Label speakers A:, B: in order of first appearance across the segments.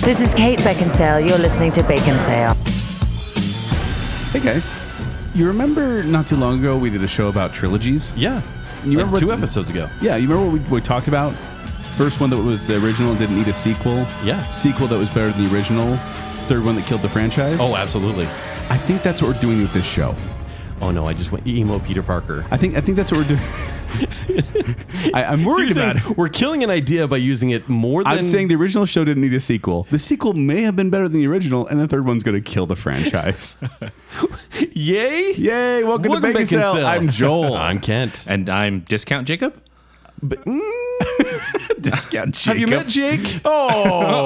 A: This is Kate Beckinsale. You're listening to Bacon Sale.
B: Hey guys, you remember not too long ago we did a show about trilogies?
C: Yeah.
B: You remember
C: like two
B: what-
C: episodes ago.
B: Yeah, you remember what we, we talked about? First one that was the original and didn't need a sequel.
C: Yeah.
B: Sequel that was better than the original. Third one that killed the franchise.
C: Oh, absolutely.
B: I think that's what we're doing with this show.
C: Oh no, I just went emo Peter Parker.
B: I think I think that's what we're doing. I, I'm worried
C: So you're
B: about it.
C: saying We're killing an idea by using it more than.
B: I'm saying the original show didn't need a sequel. The sequel may have been better than the original, and the third one's going to kill the franchise.
C: yay!
B: Yay! Welcome,
C: Welcome
B: to Bacon
C: back,
B: Cell.
C: Kinsella.
B: I'm Joel.
C: I'm Kent.
D: And I'm Discount Jacob.
B: Discount Jacob.
C: Have you met Jake?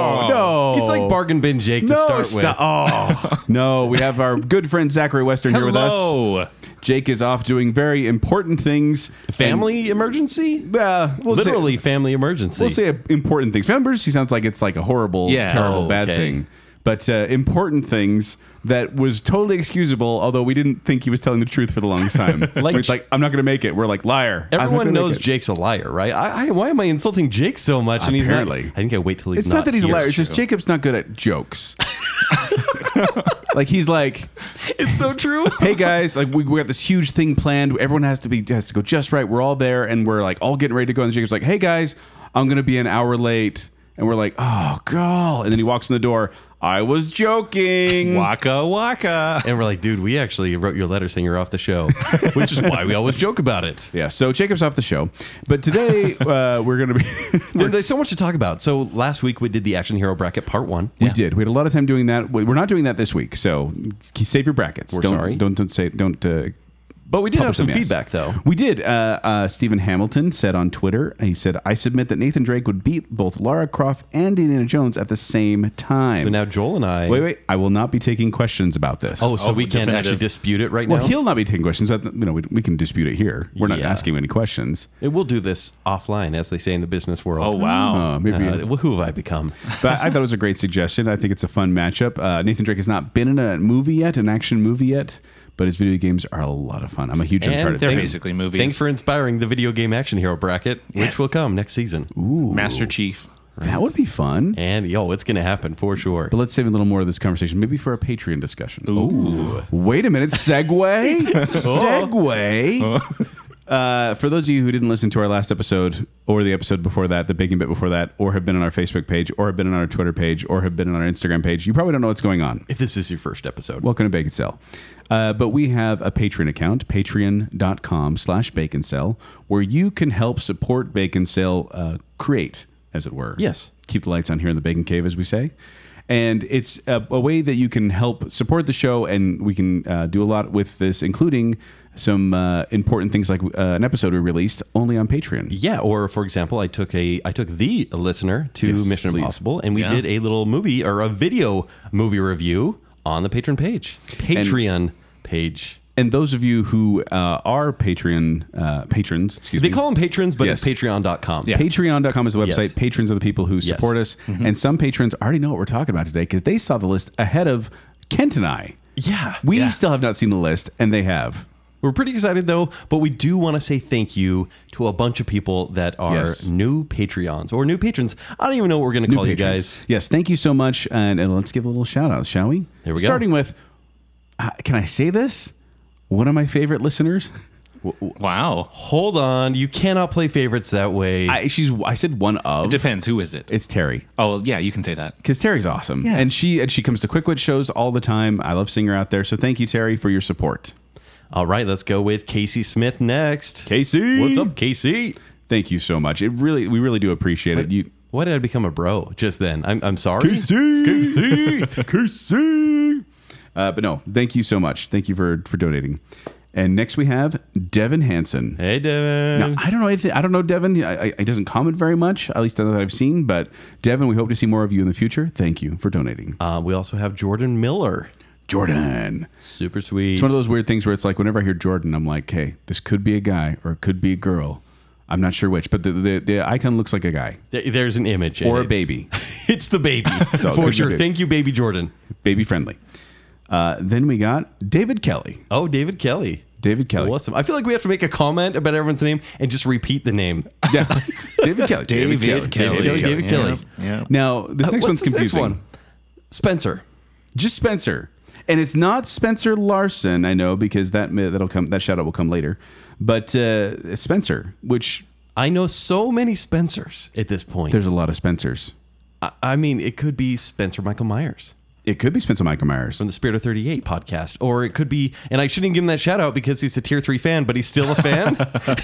B: Oh no!
C: He's like bargain bin Jake to start
B: sta- Oh no, we have our good friend Zachary Western here with us.
D: Hello.
B: Jake is off doing very important things.
C: with. Family emergency?
B: And, uh, we'll say-
C: Literally, family emergency.
B: we'll say important things. Family emergency sounds like it's like a horrible,
D: Yeah.
B: terrible,
C: Oh,
B: bad
C: okay.
B: thing. But uh, important things that was totally excusable, although we didn't think he was telling the truth for the longest time. like, it's like I'm not going to make it. We're like liar. I'm not
C: Everyone
B: gonna make
C: knows
B: it."
C: Jake's a liar, right? I, I, why am I insulting Jake so much? And he's
B: Apparently.
C: not. I think I wait till he's
B: It's not, that he's a
C: here.
B: liar. It's just Jacob's not good at jokes. like he's like,
C: It's so true.
B: hey guys, like we, we got this huge thing planned. Everyone has to be has to go just right. We're all there, and we're like all getting ready to go. And Jacob's like, hey guys, I'm gonna be an hour late, and we're like, oh god. And then he walks in the door. I was joking.
D: Waka waka.
C: Mm. and we're like, dude, we actually wrote your letter saying you're off the show, which is why we always joke about it.
B: Yeah, so Jacob's off the show, but today uh, we're gonna be.
C: There- There's so much to talk about. So last week we did the action hero bracket part one.
B: We did. We had a lot of time doing that. We- We're not doing that this week, so save your brackets. We're don't,
C: sorry.
B: Don't don't say don't. Uh,
C: But we did
B: Publish
C: have some
B: them, yes.
C: feedback though.
B: We did. Uh, uh, Stephen Hamilton said on Twitter, he said, I submit that Nathan Drake would beat both Lara Croft and Indiana Jones at the same time.
C: So now Joel and I.
B: wait, wait. I will not be taking questions about this.
C: Oh, so
D: Oh,
C: we can't
D: definitive.
C: actually dispute it right
B: well,
C: now.
B: he'll not be taking questions. But, you know, we, we can dispute it here. We're not
C: Yeah.
B: asking any questions.
C: And we'll do this offline, as they say in the business
D: Oh
C: world.
D: wow.
B: Uh, maybe.
C: Uh, who have I become?
B: but I thought it was a great suggestion. I think it's a fun matchup. Uh, Nathan Drake has not been in a movie yet, an action movie yet, but his video games are a lot of fun. I'm a huge Uncharted
D: they're
B: fan.
D: basic. basically movies.
C: Thanks for inspiring the video game action hero bracket, which
D: Yes.
C: will come next season.
D: Master Chief.
B: That would be fun.
C: And yo, it's gonna happen for sure.
B: But let's save a little more of this conversation, maybe for a Patreon discussion. Ooh. Wait a minute. Segway? Segway? Uh, for those of you who didn't listen to our last episode or the episode before that, the baking bit before that, or have been on our Facebook page, or have been on our Twitter page, or have been on our Instagram page, you probably don't know what's going on.
C: If this is your first episode,
B: Welcome to Bacon Cell. Uh, but we have a Patreon account, patreon.com slash bacon cell, where you can help support Bacon Cell uh, create, as it were.
C: Yes.
B: Keep the lights on here in the Bacon Cave, as we say. And it's a, a way that you can help support the show, and we can uh, do a lot with this, including some uh, important things like uh, an episode we released only on Patreon.
C: yeah. Or for example, I took a I took the listener to
B: Yes,
C: Mission
B: please.
C: Impossible, and we
D: Yeah.
C: did a little movie or a video movie review on the Patreon page, Patreon page.
B: And those of you who uh, are Patreon uh, patrons, excuse
C: They
B: me,
C: call them patrons, but it's
B: Yes.
C: Patreon.com.
B: Patreon.com is the website.
C: Yes. Mm-hmm.
B: Patrons are the people who support us. And some patrons already know what we're talking about today because they saw the list ahead of Kent and I.
C: Yeah.
B: We
C: Yeah.
B: still have not seen the list, and they have.
C: We're pretty excited though, but we do want to say thank you to a bunch of people that are
B: Yes.
C: new Patreons or new patrons. I don't even know what we're going to call you
B: Patrons.
C: guys.
B: Yes, thank you so much. And, and let's give a little shout out, shall we?
C: Here we go.
B: Starting with, uh, can I say this? One of my favorite listeners.
D: Wow.
C: Hold on, you cannot play favorites that way.
B: I, she's. I said one of.
D: Depends. Who is it?
B: it's Terry.
D: Oh yeah, you can say that.
B: because Terry's awesome. And she and she comes to Quickwit shows all the time. I love seeing her out there. So thank you, Terry, for your support.
C: All right, let's go with Casey Smith next.
B: Casey,
C: What's up, Casey?
B: Thank you so much. It really, we really do appreciate it. You,
C: Why did I become a bro just then? I'm, I'm sorry.
B: Casey, Casey. Uh, but no, thank you so much. Thank you for for donating. And next we have Devin Hansen.
C: Hey, Devin.
B: Now, I don't know anything. I don't know Devin. I, I, he doesn't comment very much, at least that I've seen. But Devin, we hope to see more of you in the future. Thank you for donating,
C: Uh, we also have Jordan Miller.
B: Jordan.
C: Super sweet.
B: It's one of those weird things where it's like whenever I hear Jordan, I'm like, hey, this could be a guy or it could be a girl. I'm not sure which, but the the, the icon looks like a guy.
C: There- There's an image and
B: Or a
C: it's-
B: baby.
C: it's the baby
B: So it could
C: for
B: be
C: sure.
B: baby.
C: Thank you, baby Jordan.
B: baby friendly. Uh, then we got David Kelly.
C: Oh, David Kelly.
B: David Kelly.
C: Awesome. I feel like we have to make a comment about everyone's name and just repeat the name.
B: Yeah, David Kelly.
D: David Kelly.
C: David Kelly.
D: Yeah.
B: Now this
C: Uh,
B: next
C: what's
B: one's
C: this next
B: confusing.
C: one? Spencer.
B: just Spencer, and it's not Spencer Larson. I know because that that'll come that shout out will come later, but uh, Spencer, which
C: I know so many Spencers at this point.
B: there's a lot of Spencers.
C: I, I mean, it could be Spencer Michael Myers
B: It could be Spencer Michael Myers.
C: from the Spirit of 38 podcast, or it could be, and I shouldn't give him that shout out because he's a tier three fan, but he's still a fan.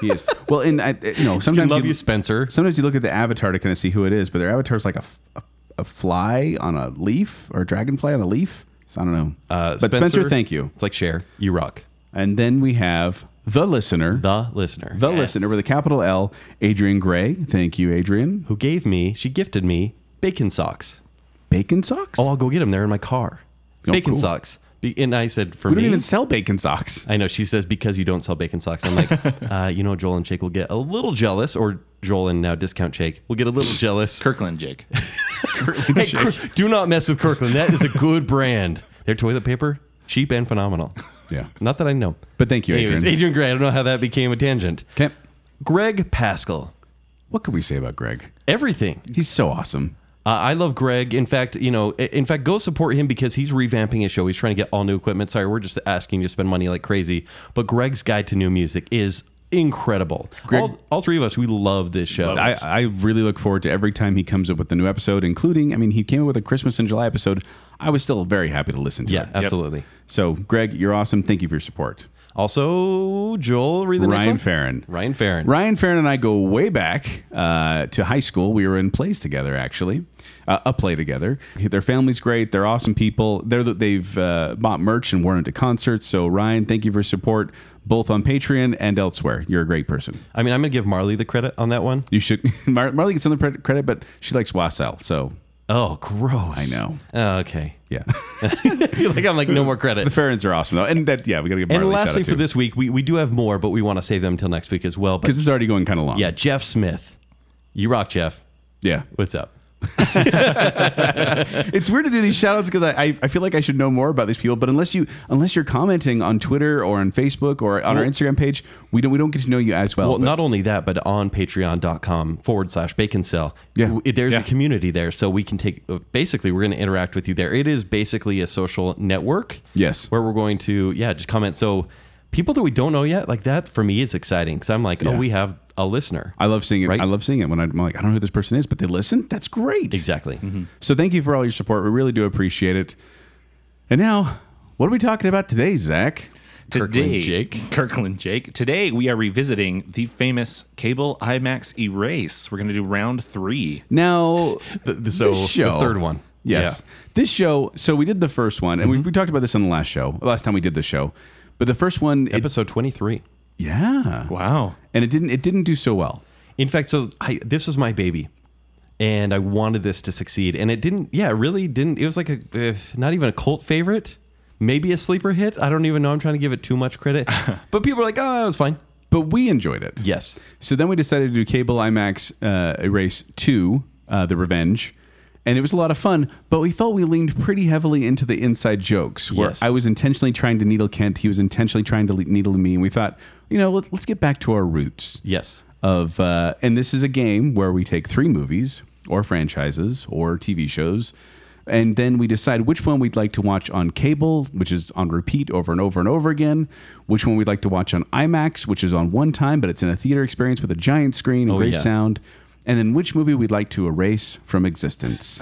B: He is well, and I uh, you know
C: I
B: sometimes
C: love you, Spencer.
B: Sometimes you look at the avatar to kind of see who it is, but their avatar's like a, f- a- a fly on a leaf or a dragonfly on a leaf. So I don't know.
C: Uh,
B: but Spencer, thank you.
C: It's like share. You rock.
B: And then we have the listener, the,
C: The listener.
B: listener with a capital L, Adrian Gray. Thank you, Adrian.
C: who gave me, she gifted me bacon socks.
B: Bacon socks?
C: Oh, I'll go get them. They're in my car.
B: Oh,
C: bacon
B: cool.
C: socks. Be- and I said, for
B: we
C: me,
B: don't even sell bacon socks.
C: I know she says because you don't sell bacon socks. I'm like, uh, you know, Joel and Jake will get a little jealous, or Joel and now discount Jake will get a little jealous.
D: Kirkland Jake.
C: Hey, Kir- do not mess with Kirkland. That is a good brand. Their toilet paper, cheap and phenomenal.
B: Yeah.
C: Not that I know.
B: But thank you, Adrian.
C: Anyways, Adrian Gray. I don't know how that became a tangent.
B: Okay.
C: Greg Pascal.
B: What can we say about Greg?
C: Everything.
B: He's so awesome.
C: Uh, I love Greg. In fact, you know, i- in fact, go support him because he's revamping his show. He's trying to get all new equipment. Sorry, we're just asking you to spend money like crazy. But Greg's Guide to New Music is incredible. all, all three of us, we love this show.
B: I, I really look forward to every time he comes up with a new episode, including, I mean, he came up with a Christmas in July episode. I was still very happy to listen to
C: yeah,
B: it.
C: absolutely.
B: So, Greg, you're awesome. Thank you for your support.
C: Also, Joel, read the next
B: Ryan
C: one.
B: Farron.
C: Ryan Farron.
B: Ryan Farron and I go way back uh, to high school. We were in plays together, actually, uh, a play together. Their family's great. They're awesome people. They're the, they've uh, bought merch and worn it to concerts. So Ryan, thank you for support, both on Patreon and elsewhere. You're a great person.
C: I mean, I'm gonna give Marley the credit on that one.
B: You should. Mar- Marley gets some of the pre- credit, but she likes Wassel. So
C: Oh, gross.
B: I know.
C: Oh, okay.
B: yeah,
C: like I'm like no more credit.
B: the Farrons are awesome though, and that yeah, we gotta give. Marley
C: and
B: a
C: lastly
B: shout out,
C: for this week, we, we do have more, but we want to save them until next week as well. But
B: because it's already going kind of long.
C: yeah, Jeff Smith, you rock, Jeff.
B: yeah.
C: What's up?
B: It's weird to do these shout outs because I, I I feel like I should know more about these people, but unless you unless you're commenting on Twitter or on Facebook or on our Instagram page, we don't we don't get to know you as well.
C: Well,
B: But
C: not only that, but on patreon.com forward slash bacon cell,
B: Yeah.
C: w- there's
B: Yeah.
C: a community there. So we can take, uh, basically, we're going to interact with you there. It is basically a social network.
B: Yes.
C: Where we're going to, yeah, just comment. So people that we don't know yet, like that for me is exciting because I'm like,
B: Yeah.
C: oh, we have a listener.
B: I love seeing it.
C: Right.
B: I love seeing it when I'm like, I don't know who this person is, but they listen. That's great.
C: exactly.
B: So thank you for all your support. We really do appreciate it. And now, what are we talking about today, Zach?
C: Kirkland Jake.
D: Kirkland Jake. Today we are revisiting the famous cable IMAX erase. We're going to do round three.
B: Now,
C: The- the- so
B: this show-
C: the third one. Mm-hmm.
B: Yes. This show, so we did the first one, and we, we talked about this on the last show, last time we did the show. But the first one,
C: Yeah.
B: it,
C: Episode 23.
B: yeah,
D: Wow.
B: and it didn't it didn't do so well.
C: In fact, so I, this was my baby, and I wanted this to succeed, and it didn't. Yeah, it really didn't. It was like a uh, not even a cult favorite, maybe a sleeper hit. I don't even know. I'm trying to give it too much credit, but people are like, "Oh, it was fine."
B: but we enjoyed it.
C: Yes,
B: So then we decided to do Cable IMAX uh, Erase 2, uh, The Revenge. And it was a lot of fun, but we felt we leaned pretty heavily into the inside jokes where
C: Yes.
B: I was intentionally trying to needle Kent. He was intentionally trying to le- needle me. And we thought, you know, let, let's get back to our roots
C: yes.
B: of uh, and this is a game where we take three movies or franchises or TV shows and then we decide which one we'd like to watch on cable which is on repeat over and over and over again which one we'd like to watch on IMAX which is on one time but it's in a theater experience with a giant screen and
C: Oh,
B: great
C: yeah.
B: sound and then which movie we'd like to erase from existence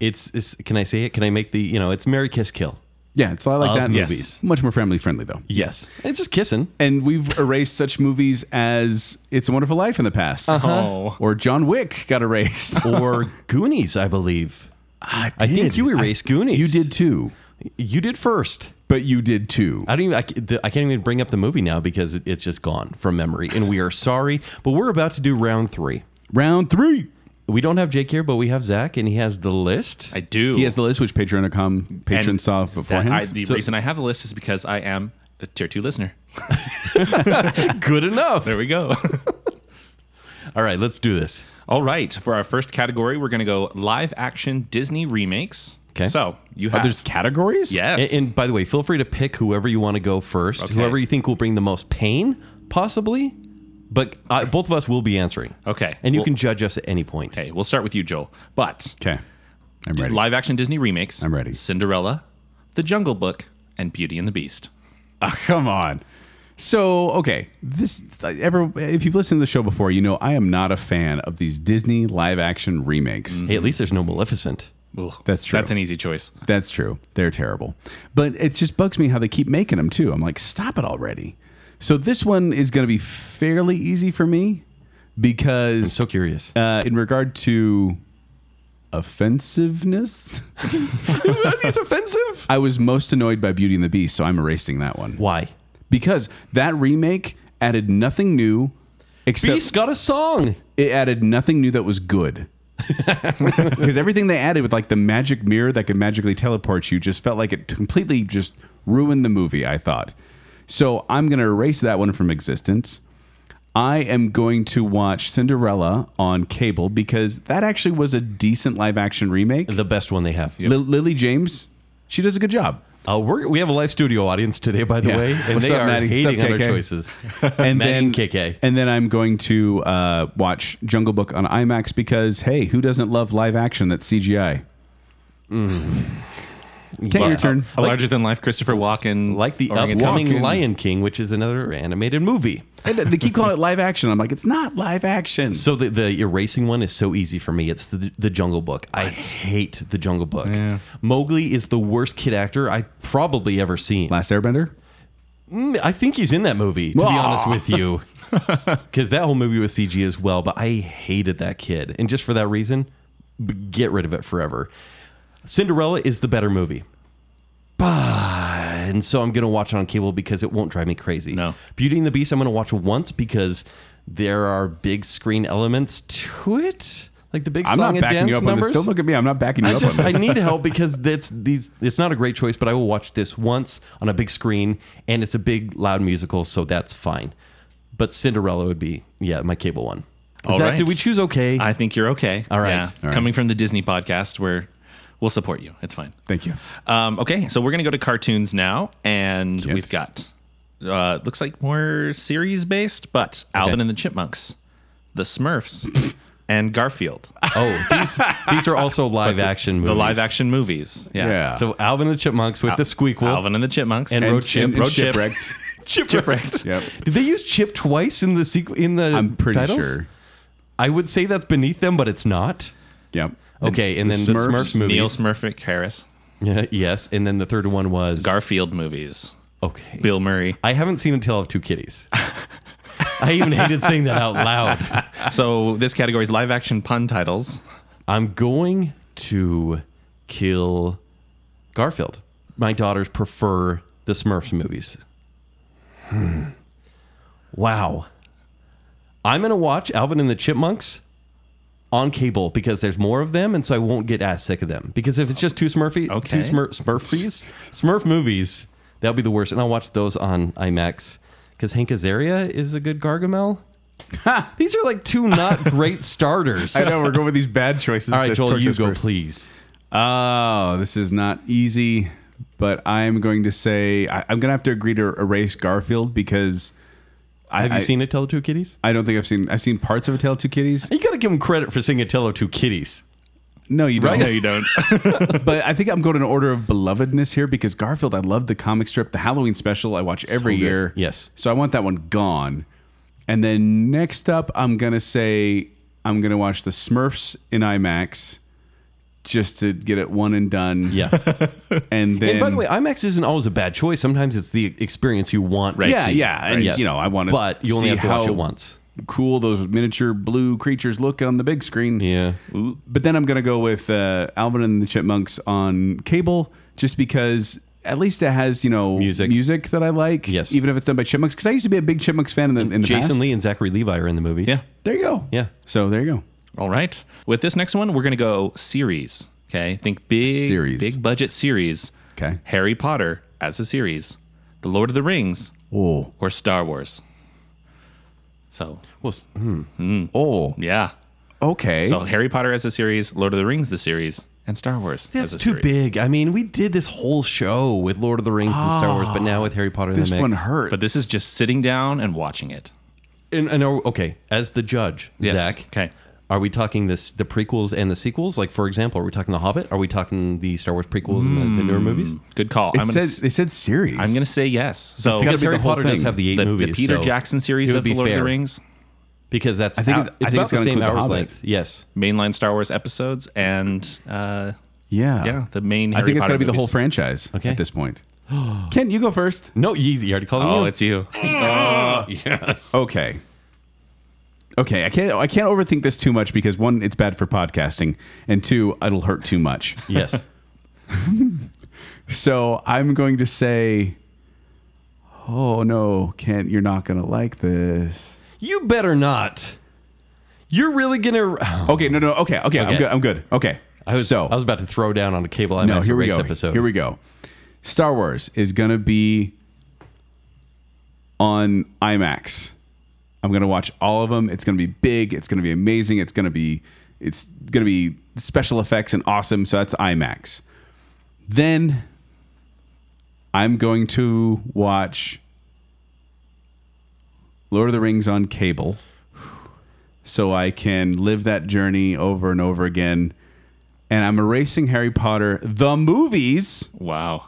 C: It's, it's. Can I say it? Can I make the? You know, it's Mary Kiss Kill.
B: yeah it's a lot like
C: Of
B: that
C: Yes.
B: movies much more family friendly though
C: Yes, it's just kissing.
B: and we've erased such movies as It's a Wonderful Life in the past
C: Uh-huh.
D: Oh.
B: or John Wick got erased
C: Or Goonies, I believe.
B: I,
C: I think
B: did.
C: you erased Goonies.
B: You did too,
C: You did first.
B: but you did too.
C: I don't even. I, c- the- I can't even bring up the movie now because it, it's just gone from memory, and we are sorry. But we're about to do round three.
B: Round three.
C: We don't have Jake here, but we have Zach, and he has the list.
D: I do.
B: He has the list, which Patreon.com patrons
D: And
B: saw
D: that-
B: beforehand.
D: I, the reason I have the list is because I am a tier two listener.
C: Good enough.
D: There we go.
C: All right, let's do this.
D: All right. For our first category, we're going to go live action Disney remakes.
C: 'Kay.
D: So you
B: Oh,
D: have.
B: there's categories.
D: yes.
C: And, and by the way, feel free to pick whoever you want to go first,
D: Okay.
C: whoever you think will bring the most pain, possibly. But uh, both of us will be answering.
D: okay.
C: And you
D: Well-
C: can judge us at any point.
D: Okay. We'll start with you, Joel. But
B: Okay. I'm ready.
D: Live action Disney remakes.
B: I'm ready.
D: Cinderella, The Jungle Book, and Beauty and the Beast.
B: Oh, come on. So okay, this ever if you've listened to the show before, you know I am not a fan of these Disney live action remakes.
C: Hey, at least there's no Maleficent.
B: That's true.
D: That's an easy choice.
B: That's true. They're terrible. But it just bugs me how they keep making them too. I'm like, stop it already. So this one is going to be fairly easy for me because
C: So curious.
B: uh, in regard to offensiveness,
C: Are these offensive?
B: I was most annoyed by Beauty and the Beast, so I'm erasing that one.
C: Why?
B: Because that remake added nothing new except
C: Beast got a song.
B: it added nothing new that was good. Because everything they added with like the magic mirror that could magically teleport you just felt like it completely just ruined the movie, I thought. So I'm going to erase that one from existence. I am going to watch Cinderella on cable because that actually was a decent live action remake.
C: The best one they have.
B: Li- Lily James, she does a good job.
C: Uh, we're, we have a live studio audience today, by the
B: Yeah.
C: way, and
B: What's
C: they
B: up,
C: are
B: Maddie? What's
C: hating
B: up,
C: on our
B: KK?
C: choices.
B: and
C: Maddie
B: then
C: and KK.
B: and then I'm going to uh, watch Jungle Book on IMAX because hey, who doesn't love live action that's CGI? Mm. Take your turn.
D: uh, A larger than life Christopher Walken.
C: Like the
D: Oregon Trail.
C: upcoming
B: Walking.
C: Lion King, which is another animated movie.
B: And they keep calling it live action. I'm like, it's not live action.
C: So the, the erasing one is so easy for me. It's the, the Jungle Book. I hate the Jungle Book. Mowgli is the worst kid actor I probably ever seen.
B: Last Airbender.
C: Mm, I think he's in that movie, to be
B: Aw.
C: honest with you. Because that whole movie was CG as well, but I hated that kid. And just for that reason, b- get rid of it forever. Cinderella is the better movie. Bah. And so I'm going to watch it on cable because it won't drive me crazy.
D: No.
C: Beauty and the Beast, I'm going to watch once because there are big screen elements to it. Like the big
B: I'm
C: song
B: not
C: and
B: backing
C: dance
B: you up
C: numbers.
B: on this. Don't look at me. I'm not backing you
C: I
B: up
C: just
B: on
C: I
B: this.
C: need help because that's these. It's not a great choice, but I will watch this once on a big screen, and it's a big loud musical, so that's fine. But Cinderella would be yeah my cable one.
D: All
C: Zach,
D: right.
C: did we choose okay?
D: I think you're okay.
C: All right.
B: All right.
D: Coming from the Disney podcast, where we'll support you. It's fine.
B: Thank you.
D: Um, okay, so we're gonna go to cartoons now, and
B: Yes.
D: we've got uh, looks like more series based, but Alvin and the Chipmunks, the Smurfs, and Garfield,
C: oh, these these are also live action movies.
D: the live action movies. Yeah.
B: Yeah.
C: So Alvin and the Chipmunks with the Squeakquel.
D: Alvin and the Chipmunks
C: And Road Chip.
B: and
D: Road Chip.
B: Shipwrecked.
D: Chipwrecked.
B: Yep.
C: Did they use Chip twice in the sequ- in the?
B: I'm pretty
C: titles?
B: sure.
C: I would say that's beneath them, but it's not.
B: Yep.
C: Okay, and then the Smurfs movie.
D: Neil Smurfick Harris,
C: Yeah, yes, and then the third one was
D: Garfield movies,
C: Okay.
D: Bill Murray.
C: I haven't seen A Tale of Two Kitties. I even hated saying that out loud.
D: So this category is live action pun titles.
C: I'm going to kill Garfield. My daughters prefer the Smurfs movies. Hmm. Wow. I'm going to watch Alvin and the Chipmunks on cable because there's more of them, and so I won't get as sick of them. Because if it's just two Smurfy,
D: Okay.
C: two Smur- Smurfies, Smurf movies, that'll be the worst. And I'll watch those on IMAX because Hank Azaria is a good Gargamel. These are like two not great starters.
B: I know we're going with these bad choices.
C: All right,
B: Just
C: Joel,
B: torture
C: you
B: us
C: go,
B: first.
C: please.
B: Oh, this is not easy, but I'm going to say I, I'm going to have to agree to erase Garfield because I
C: Have you
B: I,
C: seen A Tale of Two Kitties?
B: I don't think I've seen. I've seen parts of A Tale of Two Kitties.
C: You got to give him credit for seeing A Tale of Two Kitties.
B: No, you don't.
C: Right? No, you
B: don't. but I think I'm going in order of belovedness here because Garfield. I love the comic strip, the Halloween special. I watch every
C: good.
B: year.
C: Yes.
B: So I want that one gone. And then next up, I'm gonna say I'm gonna watch the Smurfs in IMAX just to get it one and done.
C: Yeah.
B: And then
C: and by the way, IMAX isn't always a bad choice. Sometimes it's the experience you want. to
B: yeah,
C: see.
B: yeah, and
C: Yes.
B: you know I want to.
C: But you only
B: see
C: have to watch
B: how
C: it once.
B: Cool, those miniature blue creatures look on the big screen.
C: Yeah.
B: But then I'm going to go with uh, Alvin and the Chipmunks on cable just because at least it has, you know,
C: Music.
B: music that I like.
C: Yes.
B: Even if it's done by Chipmunks. Because I used to be a big Chipmunks fan in the, in the
C: Jason
B: past.
C: Lee and Zachary Levi are in the movies.
D: Yeah.
B: There you go.
C: Yeah.
B: So there you go.
D: All right. With this next one, we're going to go series. Okay. Think big,
B: Series.
D: big budget series.
B: Okay.
D: Harry Potter as a series, The Lord of the Rings,
B: Oh.
D: or Star Wars. So,
C: Well, s- hmm.
B: Oh.
D: yeah.
B: Okay.
D: So, Harry Potter as a series, Lord of the Rings, the series, and Star Wars.
C: That's
D: as a
C: too
D: series.
C: big. I mean, we did this whole show with Lord of the Rings and Star Wars, but now with Harry Potter in
B: Ah, this
C: the mix.
B: one hurt.
D: But this is just sitting down and watching it.
C: And, and are- okay, oh, as the judge,
D: Yes.
C: Zach,
D: Okay.
C: Are we talking this the prequels and the sequels? Like for example, are we talking The Hobbit? Are we talking the Star Wars prequels and the, the newer
D: Hmm.
C: movies?
D: Good call.
B: It
D: I'm gonna,
B: says
D: s-
B: it said series.
D: I'm gonna say yes. So
B: It's gotta
C: Because
B: be the
C: Harry
B: whole
C: Potter does
B: thing.
C: have the eight
D: the,
C: movies.
D: the Peter
C: so
D: Jackson series
C: it would
D: of the
C: be
D: Lord of
C: fair.
D: the Rings,
C: because that's
B: I think
C: out-
B: it- I
C: it's
B: think
C: about
B: it's
C: the
B: gotta
C: same
B: include The
C: hours
B: Hobbit.
C: length. Yes,
D: mainline Star Wars episodes, and uh,
B: Yeah.
D: yeah, the main.
B: Ah. I
D: Harry
B: think it's
D: Potter
B: gotta be the whole
D: movies.
B: franchise
C: Okay.
B: at this point. Kent, you go first.
C: no, you, you already called me.
D: Oh,
C: out.
D: it's you.
B: Okay. Okay, I can't I can't overthink this too much because one, it's bad for podcasting, and two, it'll hurt too much.
C: yes.
B: So I'm going to say, oh no, Kent, you're not going to like this.
C: You better not. You're really gonna.
B: Okay, no, no, okay, okay, I'm
C: Okay.
B: good, I'm good. Okay,
C: I was
B: so
C: I was about to throw down on a cable IMAX
B: no, here we
C: race
B: go.
C: episode.
B: Here we go. Star Wars is going to be on IMAX. I'm going to watch all of them. It's going to be big. It's going to be amazing. It's going to be it's going to be special effects and awesome. So that's IMAX. Then I'm going to watch Lord of the Rings on cable so I can live that journey over and over again. And I'm erasing Harry Potter the movies
D: Wow.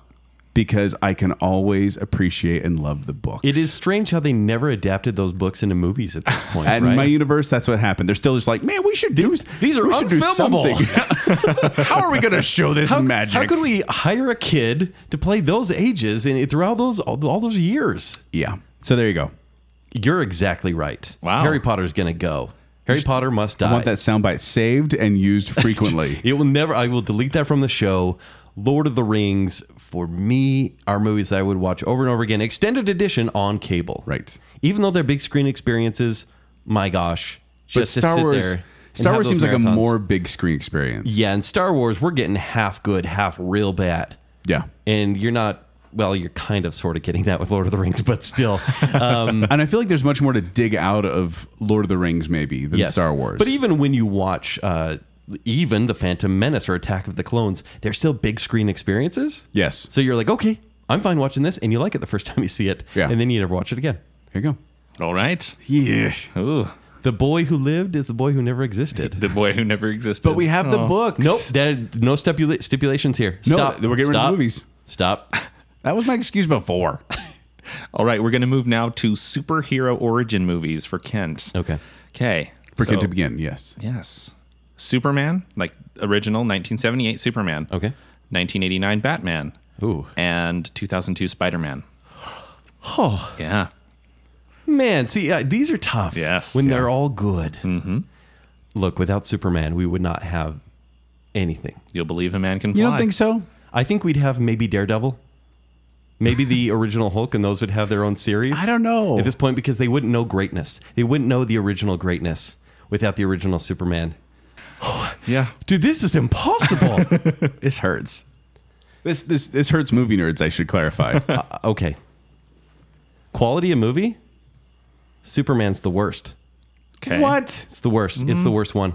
B: because I can always appreciate and love the book.
C: It is strange how they never adapted those books into movies at this point,
B: At
C: right?
B: my universe, that's what happened. They're still just like, man, we should do
C: these are
B: we should do
C: unfilmable."
B: something." how are we going to show this
C: how,
B: magic?
C: how could we hire a kid to play those ages and throughout those all, all those years?
B: yeah. So there you go.
C: You're exactly right.
D: Wow.
C: Harry Potter's gonna go. Harry Potter must die.
B: I want that soundbite saved and used frequently.
C: It will never. I will delete that from the show. Lord of the Rings for me are movies that I would watch over and over again, extended edition on cable.
B: Right.
C: Even though they're big screen experiences, my gosh,
B: but
C: just to
B: Star
C: sit
B: Wars,
C: there and
B: Star
C: have
B: Wars
C: those
B: seems like a
C: marathons.
B: more big screen experience.
C: yeah. In Star Wars, we're getting half good, half real bad.
B: Yeah.
C: and you're not. Well, you're kind of sort of getting that with Lord of the Rings, but still, uh,
B: And I feel like there's much more to dig out of Lord of the Rings, maybe, than
C: Yes.
B: Star Wars.
C: But even when you watch uh, even the Phantom Menace or Attack of the Clones, they're still big screen experiences.
B: Yes.
C: So you're like, okay, I'm fine watching this, and you like it the first time you see it,
B: Yeah.
C: and then you never watch it again.
B: Here you go.
D: All right.
B: Yeah.
D: Ooh,
C: The boy who lived is the boy who never existed.
D: the boy who never existed. Oh.
B: But we have the books.
C: nope, there, no stipula- stipulations here.
B: No,
C: Stop.
B: we're getting rid of
C: Stop.
B: movies.
C: Stop.
B: That was my excuse before.
D: All right, we're going to move now to superhero origin movies for Kent.
C: Okay.
D: Okay.
B: Oh. For
D: so-
B: Kent to begin, yes.
D: Yes. Superman, like original 1978 Superman.
C: Okay.
D: 1989 Batman.
C: Ooh.
D: And 2002 Spider Man.
C: Oh
D: Yeah.
C: man, see, uh, these are tough.
D: Yes.
C: when
D: Yeah.
C: they're all good. Mm-hmm. Look, without Superman, we would not have anything.
D: You'll believe a man can fly.
B: You don't think so?
C: I think we'd have maybe Daredevil, maybe the original Hulk, and those would have their own series.
B: I don't know.
C: at this point because they wouldn't know greatness. They wouldn't know the original greatness without the original Superman.
D: Yeah.
C: Dude, this is impossible.
B: This hurts. This this this hurts movie nerds, I should clarify.
C: Uh, okay, quality of movie. Superman's the worst.
D: Okay.
B: What? Mm-hmm.
C: It's the worst. It's the worst one.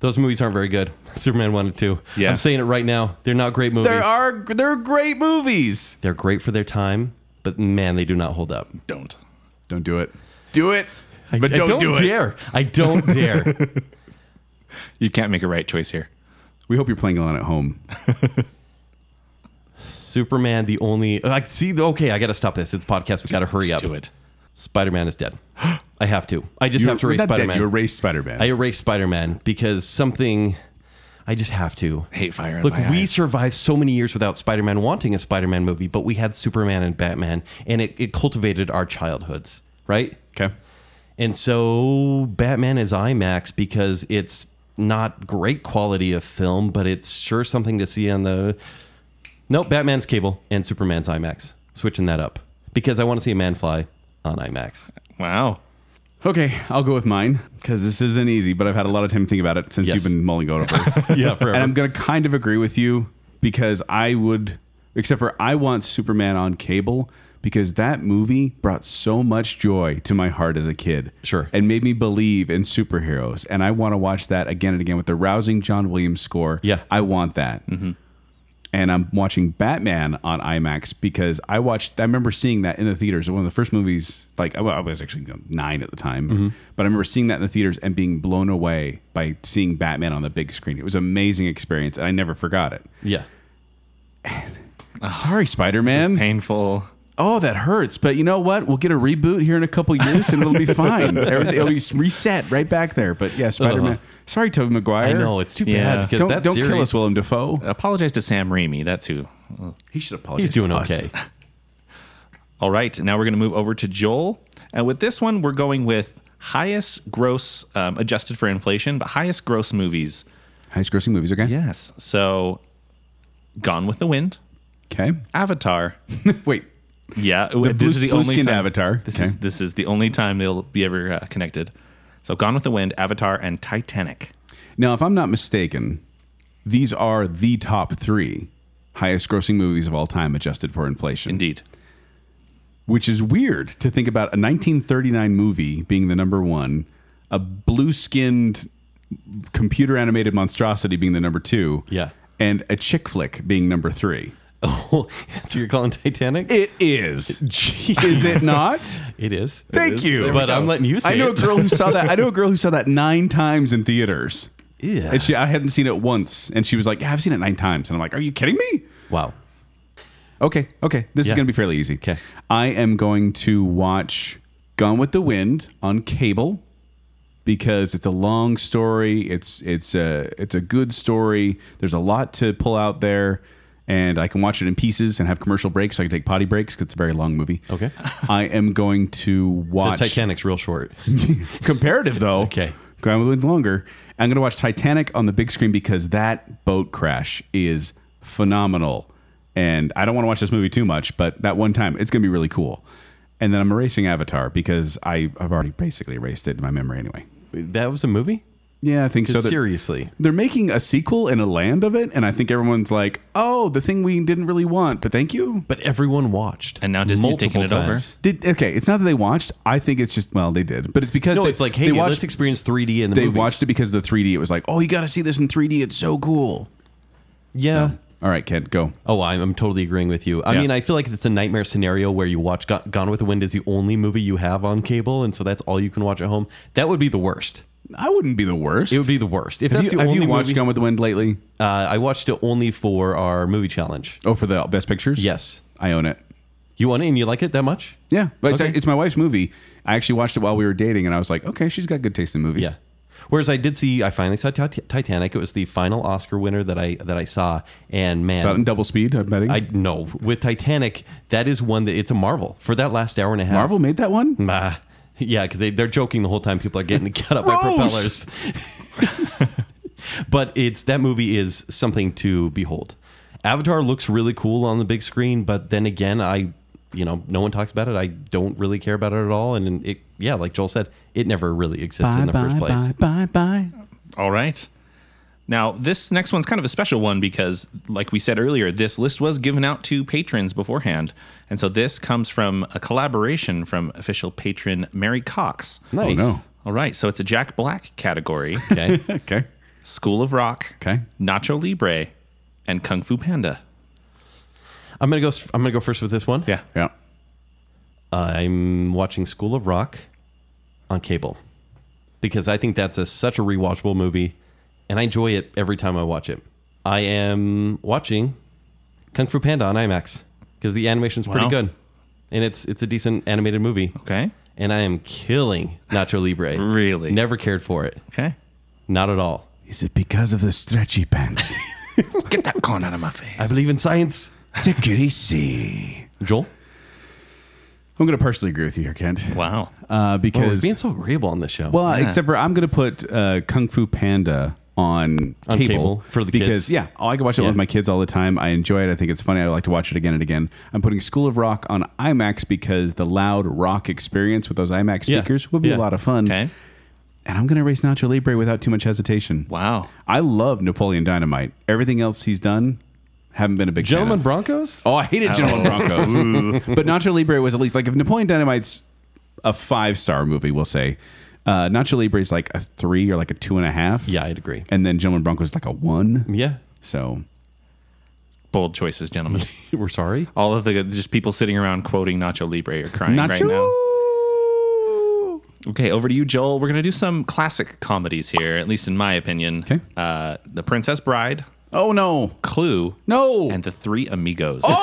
C: Those movies aren't very good. Superman one and two.
D: Yeah.
C: I'm saying it right now. They're not great movies.
B: There are there are great movies.
C: They're great for their time, but man, they do not hold up.
D: Don't.
B: Don't do it. Do it. But
C: I
B: don't, do it.
C: dare. I don't dare.
D: You can't make a right choice here.
B: We hope you're playing along at home.
C: Superman, the only. uh, I see. Okay, I got to stop this. It's podcast. We got to hurry up.
D: Do it.
C: Spider Man is dead. I have to. I just
B: You-
C: have to erase
B: not dead,
C: Spider
B: You
C: Man.
B: erase Spider Man.
C: I erase Spider Man because something. I just have to.
D: Hate fire. In
C: Look,
D: my
C: we
D: eyes.
C: survived so many years without Spider Man wanting a Spider Man movie, but we had Superman and Batman, and it, it cultivated our childhoods, right?
B: okay.
C: And so Batman is IMAX because it's not great quality of film, but it's sure something to see on the. Nope, Batman's cable and Superman's IMAX. Switching that up because I want to see a man fly on IMAX.
D: Wow.
B: Okay, I'll go with mine because this isn't easy, but I've had a lot of time to think about it since
C: Yes.
B: you've been mulling it over.
C: Yeah,
B: And I'm going to kind of agree with you because I would, except for I want Superman on cable because that movie brought so much joy to my heart as a kid.
C: Sure.
B: And made me believe in superheroes. And I want to watch that again and again with the rousing John Williams score.
C: Yeah.
B: I want that. and I'm watching Batman on IMAX because I watched. I remember seeing that in the theaters. One of the first movies. Like I wa- I was actually you know, nine at the time, but I remember seeing that in the theaters and being blown away by seeing Batman on the big screen. It was an amazing experience, and I never forgot it.
C: Yeah.
B: Sorry, Spider Man.
D: Painful.
B: Oh, that hurts. But you know what? We'll get a reboot here in a couple years and it'll be fine. Everything it'll be reset right back there. But yeah, Spider Man. Sorry, Tobey Maguire.
C: Uh-huh. I know it's too
D: Yeah.
C: bad because
B: Don't,
C: that
B: don't kill
C: series- Uh,
B: us, Willem Dafoe.
D: Apologize to Sam Raimi. That's who.
B: He should apologize.
C: He's doing
B: to us.
C: okay.
D: All right. Now we're going to move over to Joel. And with this one, we're going with highest gross, um, adjusted for inflation, but highest gross movies.
B: Highest grossing movies, okay?
D: Yes. So Gone with the Wind,
B: Okay.
D: Avatar.
B: Wait.
D: Yeah.
B: The blue, blue skinned
D: time-
B: avatar.
D: This
B: okay.
D: is this is the only time they'll be ever uh, connected. So Gone with the Wind, Avatar, and Titanic.
B: now, if I'm not mistaken, these are the top three highest grossing movies of all time adjusted for inflation.
D: Indeed.
B: which is weird to think about a 1939 movie being the number one, a blue skinned computer animated monstrosity being the number two,
C: Yeah.
B: and a chick flick being number three.
C: Oh, so you're calling Titanic?
B: It is. Is it not?
C: it is.
B: Thank you. There we
C: But
B: go.
C: I'm letting you say
B: I know a
C: it.
B: girl who saw that. I know a girl who saw that nine times in theaters.
C: Yeah.
B: And she, I hadn't seen it once, and she was like, "Yeah, "I've seen it nine times," and I'm like, "Are you kidding me?"
C: wow.
B: Okay, okay. This
C: Yeah.
B: is going to be fairly easy.
C: 'Kay.
B: I am going to watch Gone with the Wind on cable because it's a long story. It's it's a it's a good story. There's a lot to pull out there. And I can watch it in pieces and have commercial breaks. So I can take potty breaks 'cause it's a very long movie.
C: Okay.
B: I am going to
C: 'Cause
B: watch
C: Titanic's real short.
B: comparative though.
C: Okay.
B: Gone with the Wind longer. I'm going to watch Titanic on the big screen because that boat crash is phenomenal. And I don't want to watch this movie too much, but that one time it's going to be really cool. And then I'm erasing Avatar because I have already basically erased it in my memory anyway.
C: that was a movie?
B: Yeah, I think so. That-
C: Seriously.
B: They're making a sequel in a land of it, and I think everyone's like, "Oh, the thing we didn't really want, but thank you."
C: But everyone watched.
D: And now Disney's
C: multiple
D: taking it over.
C: times.
B: Did okay? It's not that they watched. I think it's just well, they did, but it's because
C: No,
B: they-
C: it's like, hey,
B: they watched-
C: let's experience 3D in the
B: they
C: movies.
B: watched it because of the 3D. It was like, oh, you got to see this in 3D. It's so cool.
C: Yeah.
B: All right, Kent, go.
C: Oh, I'm, I'm totally agreeing with you. I
D: Yeah.
C: mean, I feel like it's a nightmare scenario where you watch Go- Gone with the Wind is the only movie you have on cable, and so that's all you can watch at home. That would be the worst.
B: I wouldn't be the worst.
C: It would be the worst. If
B: have
C: that's
B: you,
C: the
B: have
C: only
B: you watched
C: movie,
B: Gone with the Wind lately?
C: uh, I watched it only for our movie challenge.
B: Oh, for the best pictures.
C: Yes.
B: I own it.
C: You want it and you like it that much?
B: Yeah, but it's,
C: Okay.
B: it's my wife's movie. I actually watched it while we were dating, and I was like, okay, she's got good taste in movies.
C: Yeah. Whereas I did see, I finally saw Tit- Titanic. It was the final Oscar winner that I that I saw, and man,
B: It's out in double speed. I'm betting.
C: I no with Titanic that is one that it's a marvel for that last hour and a half.
B: Marvel made that one.
C: Nah. Yeah, because they, they're joking the whole time. People are getting cut up by
B: Gross.
C: propellers. but it's that movie is something to behold. Avatar looks really cool on the big screen, but then again, I you know no one talks about it. I don't really care about it at all. And it yeah, like Joel said, it never really existed in the first place.
B: bye, bye.
D: All right. Now, this next one's kind of a special one because, like we said earlier, this list was given out to patrons beforehand. And so this comes from a collaboration from official patron Mary Cox.
B: Oh
C: Nice.
B: no.
D: All right. So it's a Jack Black category
C: Okay.
B: Okay.
D: School of Rock,
B: Okay.
D: Nacho Libre, and Kung Fu Panda.
C: I'm gonna go. s- I'm gonna go first with this one.
D: Yeah.
B: Yeah.
C: I'm watching School of Rock on cable because I think that's a, such a rewatchable movie, and I enjoy it every time I watch it. I am watching Kung Fu Panda on IMAX because the animation's pretty
D: Wow.
C: good, and it's it's a decent animated movie.
D: Okay.
C: And I am killing Nacho Libre.
D: Really?
C: Never cared for it.
D: Okay.
C: Not at all.
B: Is it because of the stretchy pants?
D: Get that corn out of my face.
C: I believe in science.
B: Take it easy.
C: Joel,
B: I'm going to partially agree with you here, Kent,
D: Wow.
B: uh,
C: oh, we're
B: because
C: being so agreeable on this show.
B: Well, except for I'm going to put uh, Kung Fu Panda on,
C: On
B: cable,
C: cable for the
B: because
C: kids.
B: yeah, oh, I can watch it
C: Yeah.
B: with my kids all the time. I enjoy it. I think it's funny. I like to watch it again and again. I'm putting School of Rock on IMAX because the loud rock experience with those IMAX
C: Yeah.
B: speakers would be
C: Yeah.
B: a lot of fun.
D: Okay.
B: And I'm going to race Nacho Libre without too much hesitation.
D: Wow.
B: I love Napoleon Dynamite. Everything else he's done, haven't been a big
C: Gentlemen
B: fan of.
C: Broncos.
B: Oh, I hated Gentleman Broncos. but Nacho Libre was at least like if Napoleon Dynamite's a five star movie, we'll say. Uh, Nacho Libre is like a three or like a two and a half.
C: Yeah, I'd agree.
B: And then Gentleman Broncos is like a one.
C: Yeah,
B: So
D: bold choices, gentlemen.
C: We're sorry.
D: All of the just people sitting around quoting Nacho Libre are crying
B: Nacho.
D: right now. Okay, over to you, Joel. We're gonna do some classic comedies here, at least in my opinion.
B: Okay.
D: Uh, the Princess Bride,
B: Oh no.
D: Clue,
B: No.
D: and the Three Amigos.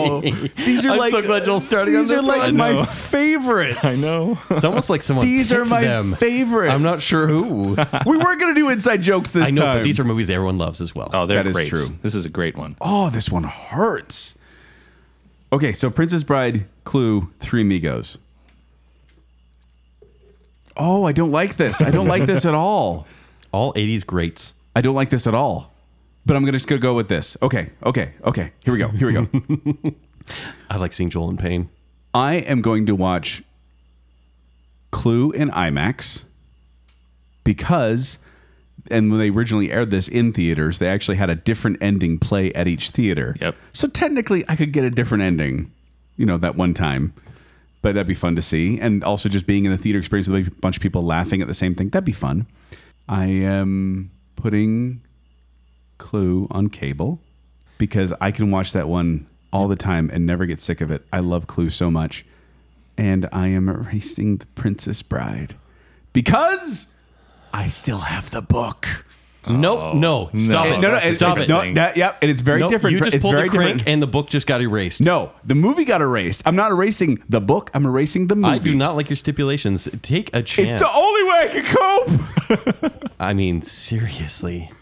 B: Oh, these are
C: I'm
B: like
C: so glad Joel's starting on
B: these are
C: this
B: like
C: one. I
B: my
C: know.
B: favorites. I
D: know.
C: It's almost like someone.
B: These are
C: picked
B: my
C: them.
B: favorites.
C: I'm not sure who.
B: We were gonna do inside jokes this
C: I know,
B: time.
C: but these are movies that everyone loves as well.
D: Oh, they're
B: That is
D: great.
B: true.
D: This is a great one.
B: Oh, this one hurts. Okay, so Princess Bride, Clue, Three Amigos. Oh, I don't like this. I don't like this at all.
C: All 80s greats.
B: I don't like this at all. But I'm gonna just gonna go with this. Okay, okay, okay. Here we go. Here we go.
C: I like seeing Joel in pain.
B: I am going to watch Clue in IMAX because, and when they originally aired this in theaters, they actually had a different ending play at each theater.
D: Yep.
B: So technically, I could get a different ending, you know, that one time. But that'd be fun to see. And also just being in the theater experience with a bunch of people laughing at the same thing, that'd be fun. I am putting Clue on cable because I can watch that one all the time and never get sick of it. I love Clue so much. And I am erasing The Princess Bride because I still have the book.
C: Nope, no, stop
D: No,
C: it.
D: no, no,
B: it's-
C: Oh, stop it.
B: No,
D: thing.
B: that, yep, and it's very
C: Nope,
B: different.
C: You just
B: it's
C: pulled
B: very
C: the crank
B: different.
C: and the book just got erased.
B: no, the movie got erased. I'm not erasing the book. I'm erasing the movie.
C: I do not like your stipulations. Take a
B: It's
C: chance.
B: the only way I can cope.
C: I mean, seriously.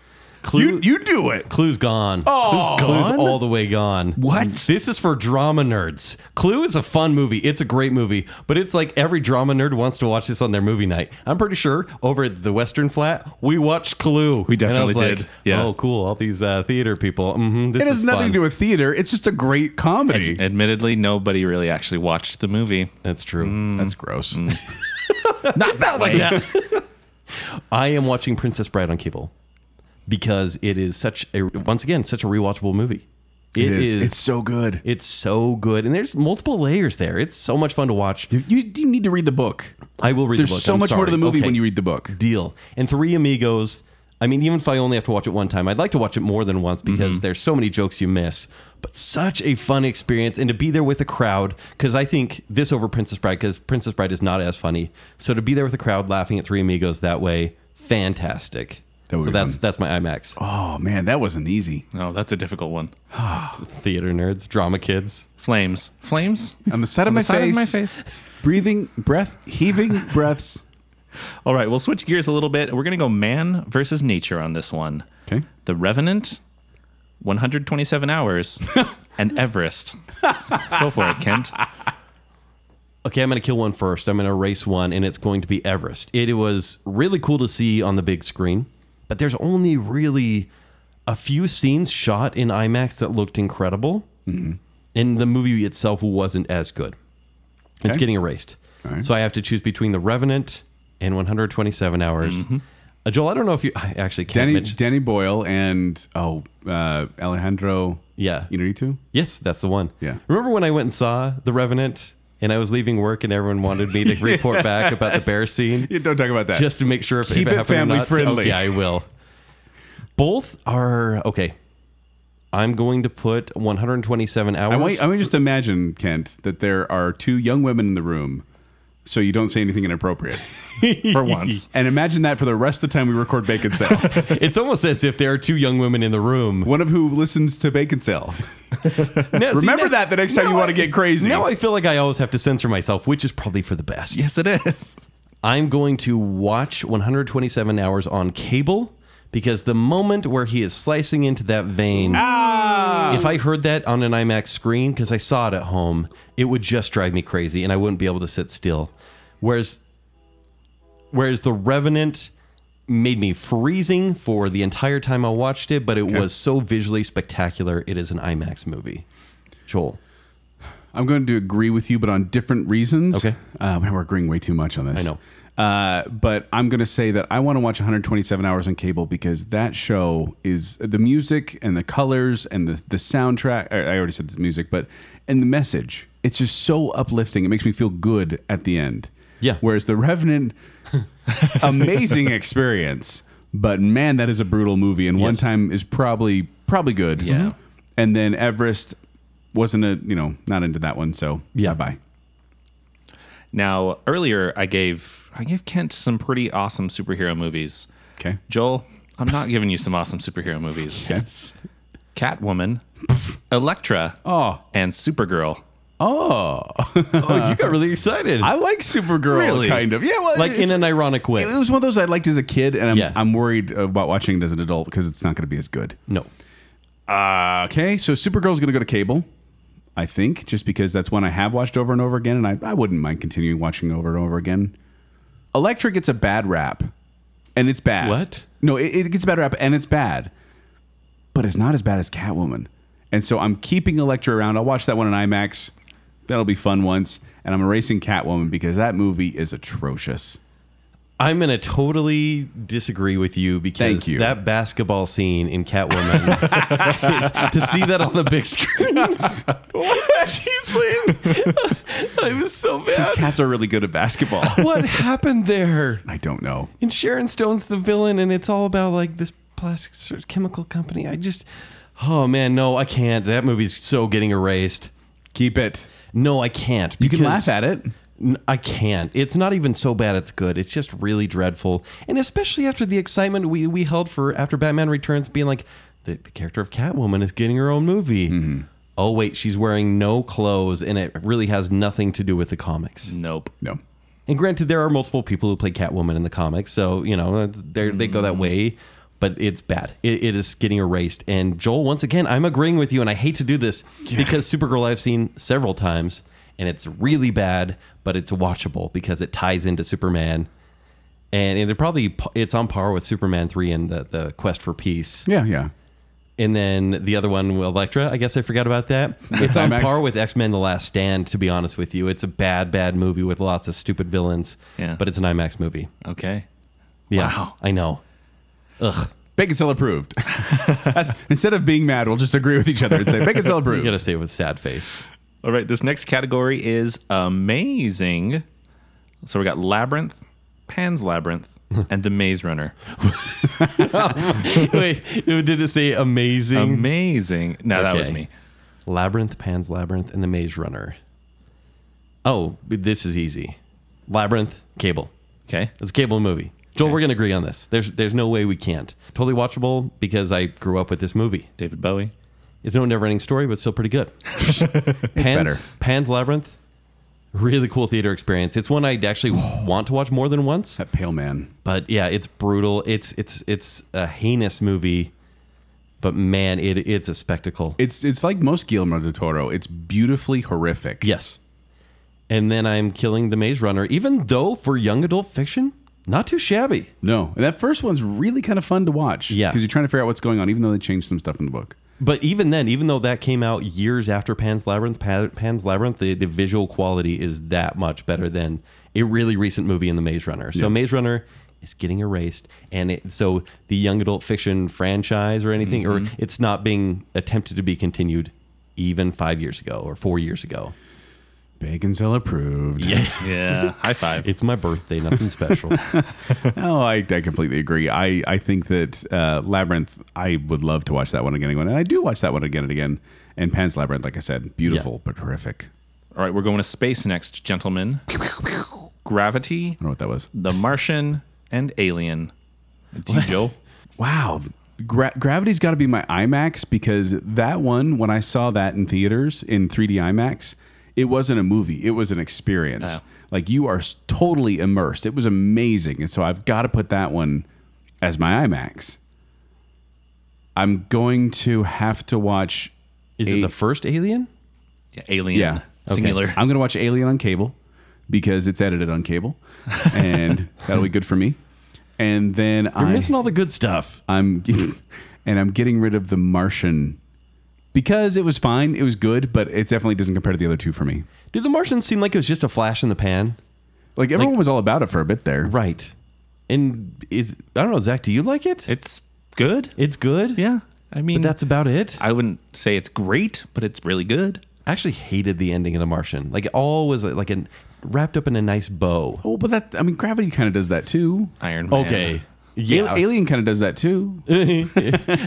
C: Clue,
B: You you do it.
C: Clue's gone. Oh, Clue's, Clue's all the way gone.
B: What?
C: This is for drama nerds. Clue is a fun movie. It's a great movie, but it's like every drama nerd wants to watch this on their movie night. I'm pretty sure over at the Western Flat, we watched Clue. We
D: definitely did. Yeah.
C: Oh, cool. All these uh, theater people. hmm this
B: It has
C: is
B: nothing
C: fun.
B: to do with theater. It's just a great comedy.
D: Admittedly, nobody really actually watched the movie.
C: That's true.
B: That's gross.
D: Not that way.
C: I am watching Princess Bride on cable because it is such a once again such a rewatchable movie.
B: It is. It's so good.
C: It's so good, and there's multiple layers there. It's so much fun to watch.
B: You, you need to read the book.
C: I will read.
B: There's
C: the book.
B: so
C: I'm
B: much more to
C: sorry.
B: the movie
C: Okay.
B: when you read the book.
C: Deal. And Three Amigos. I mean, even if I only have to watch it one time, I'd like to watch it more than once because
B: Mm-hmm.
C: there's so many jokes you miss. But such a fun experience, and to be there with a crowd because I think this over Princess Bride because Princess Bride is not as funny. So to be there with a crowd laughing at Three Amigos that way, fantastic.
B: That would
C: so
B: be
C: that's
B: fun.
C: that's my IMAX
B: Oh man, that wasn't easy.
D: No, Oh, that's a difficult one.
C: theater nerds, drama kids.
D: Flames. Flames?
B: On the side of
D: On
B: my
D: the side
B: face.
D: of my face.
B: Breathing, breath, heaving breaths.
D: All right, we'll switch gears a little bit. We're going to go man versus nature on this one.
B: Okay.
D: The Revenant, 127 hours, and Everest. Go for it, Kent.
C: okay, I'm going to kill one first. I'm going to erase one, and it's going to be Everest. It was really cool to see on the big screen, but there's only really a few scenes shot in IMAX that looked incredible,
B: Mm-hmm.
C: and the movie itself wasn't as good. It's
B: Okay.
C: getting erased.
B: right.
C: So I have to choose between The Revenant and 127 Hours. Uh, Joel, I don't know if you I actually can't
B: Mm-hmm. Danny
C: mention-
B: Danny Boyle and oh uh, Alejandro
C: Yeah.
B: Inarritu.
C: Yes, that's the one.
B: Yeah.
C: Remember when I went and saw The Revenant and I was leaving work and everyone wanted me to report back about the bear scene?
B: Yeah, don't talk about that.
C: Just to make sure if,
B: Keep
C: if
B: it
C: it happened or
B: family
C: not.
B: friendly.
C: Okay, I will. Both are okay. I'm going to put 127 hours.
B: I want, I want you just to imagine, Kent, that there are two young women in the room, so you don't say anything inappropriate.
D: For once.
B: and imagine that for the rest of the time we record Bacon Sale.
C: it's almost as if there are two young women in the room.
B: One of who listens to Bacon Sale. Remember that the next time you want to get crazy.
C: Now I feel like I always have to censor myself, which is probably for the best.
D: Yes, it is.
C: I'm going to watch 127 hours on cable because the moment where he is slicing into that vein, if I heard that on an IMAX screen, because I saw it at home, it would just drive me crazy and I wouldn't be able to sit still. Whereas, whereas The Revenant made me freezing for the entire time I watched it, but it was so visually spectacular. It is an IMAX movie. Joel.
B: I'm going to agree with you, but on different reasons.
C: Okay.
B: Uh, man, we're agreeing way too much on this.
C: I know.
B: Uh, but I'm going to say that I want to watch 127 hours on cable because that show is the music and the colors and the, the soundtrack. I I already said the music, but and the message. It's just so uplifting. It makes me feel good at the end.
C: Yeah.
B: Whereas The Revenant, amazing experience, but man, that is a brutal movie. And one
C: Yes.
B: time is probably probably good.
D: Yeah. Mhm.
B: And then Everest wasn't a you know not into that one, so
C: Yeah.
B: bye.
D: Now, earlier I gave I gave Kent some pretty awesome superhero movies.
B: Okay.
D: Joel, I'm not giving you some awesome superhero movies.
B: Yes.
D: Catwoman, Elektra,
B: Oh.
D: and Supergirl.
B: Oh,
C: Oh, you got really excited.
B: I like Supergirl,
D: Really?
B: kind of. Yeah, well,
C: like
B: it's-
C: in an ironic way.
B: it was one of those I liked as a kid, and I'm,
C: Yeah.
B: I'm worried about watching it as an adult because it's not going to be as good.
C: No.
B: Uh, okay, so Supergirl's going to go to cable, I think, just because that's one I have watched over and over again, and I, I wouldn't mind continuing watching over and over again. Electra gets a bad rap, and it's bad.
C: What?
B: No, it, it gets a bad rap, and it's bad, but it's not as bad as Catwoman. And so I'm keeping Electra around. I'll watch that one in IMAX. That'll be fun once. And I'm erasing Catwoman because that movie is atrocious.
C: I'm going to totally disagree with you because
B: Thank you.
C: that basketball scene in Catwoman, is- to see that on the big screen, what she's playing, it was so
B: These
C: bad.
B: cats are really good at basketball.
C: what happened there?
B: I don't know.
C: And Sharon Stone's the villain, and it's all about like this plastic sur- chemical company. I just, oh man, no, I can't. That movie's so getting erased.
B: Keep it.
C: No, I can't.
B: You can laugh at it.
C: N- I can't. It's not even so bad it's good. It's just really dreadful. And especially after the excitement we, we held for after Batman Returns being like, the, the character of Catwoman is getting her own movie. Oh, wait, she's wearing no clothes and it really has nothing to do with the comics.
D: Nope.
B: No.
C: And granted, there are multiple people who play Catwoman in the comics. So, you know, that's- they're- they go that way, but it's bad. It, it is getting erased. And Joel, once again, I'm agreeing with you and I hate to do this because Supergirl I've seen several times and it's really bad, but it's watchable because it ties into Superman. And, and it probably it's on par with Superman 3 and the, the Quest for Peace.
B: Yeah, yeah.
C: And then the other one, Elektra. I guess I forgot about that. It's on
B: IMAX.
C: par with X Men: The Last Stand. To be honest with you, it's a bad, bad movie with lots of stupid villains.
D: Yeah.
C: But it's an IMAX movie.
D: Okay.
C: Yeah,
D: Wow.
C: I know. Ugh,
B: Bacon cell approved. That's, instead of being mad, we'll just agree with each other and say bacon cell
C: you
B: approved.
C: gotta say it with a sad face.
D: All right, this next category is amazing. So we got Labyrinth, Pan's Labyrinth, and The Maze Runner.
C: Wait, did it say amazing?
D: Um, Amazing. No, that was
C: Okay.
D: me.
C: Labyrinth, Pan's Labyrinth, and The Maze Runner. Oh, this is easy. Labyrinth, Cable.
D: Okay.
C: It's a cable movie. Joel, we're gonna agree on this. There's there's no way we can't. Totally watchable because I grew up with this movie.
D: David Bowie.
C: It's no never-ending story, but still pretty good. Pan's,
B: better.
C: Pan's Labyrinth, really cool theater experience. It's one I'd actually want to watch more than once.
B: That pale man.
C: But yeah, it's brutal. It's it's it's a heinous movie, but man, it it's a spectacle.
B: It's it's like most Guillermo del Toro. It's beautifully horrific.
C: yes. And then I'm killing the Maze Runner, even though for young adult fiction, not too shabby.
B: No. And that first one's really kind of fun to watch.
C: Yeah.
B: Because you're trying to figure out what's going on, even though they changed some stuff in the book.
C: But even then, even though that came out years after Pan's Labyrinth, Pa- Pan's Labyrinth, the, the visual quality is that much better than a really recent movie in The Maze Runner. So Maze Runner is getting erased, and it, so the young adult fiction franchise or anything,
B: Mm-hmm.
C: or it's not being attempted to be continued, even five years ago or four years ago.
B: Bacon cell approved. Yeah.
D: Yeah. High five.
C: It's my birthday, nothing special.
B: Oh, I, I completely agree. I, I think that uh, Labyrinth, I would love to watch that one again and again. And I do watch that one again and again. And Pan's Labyrinth, like I said, beautiful but horrific.
D: All right, we're going to space next, gentlemen. Gravity,
B: I don't know what that was.
D: The Martian, and Alien. It's you, Joel.
B: Wow. Gra- Gravity's got to be my IMAX because that one, when I saw that in theaters in 3D IMAX, it wasn't a movie, it was an experience.
D: Oh.
B: Like you are s- totally immersed. It was amazing. And so I've got to put that one as my IMAX. I'm going to have to watch.
C: Is
B: A-
C: it the first Alien?
D: Yeah, Alien.
B: Yeah. Okay.
D: Singular.
B: I'm going to watch Alien on cable because it's edited on cable. And that'll be good for me. And then
C: You're
B: I.
C: missing all the good stuff.
B: I'm and I'm getting rid of the Martian because it was fine, it was good, but it definitely doesn't compare to the other two for me.
C: Did The Martian seem like it was just a flash in the pan?
B: Like everyone was all about it for a bit there.
C: Right. And is I don't know, Zach, do you like it?
D: It's good.
C: It's good.
D: Yeah. I mean,
C: But that's about it. I
D: I wouldn't say it's great, but it's really good.
C: actually hated the ending of The Martian. Like it all was like an wrapped up in a nice bow.
B: Oh, but that I mean, Gravity kind of does that too.
D: Iron Man.
C: Yeah.
B: Al- Alien kind of does that too.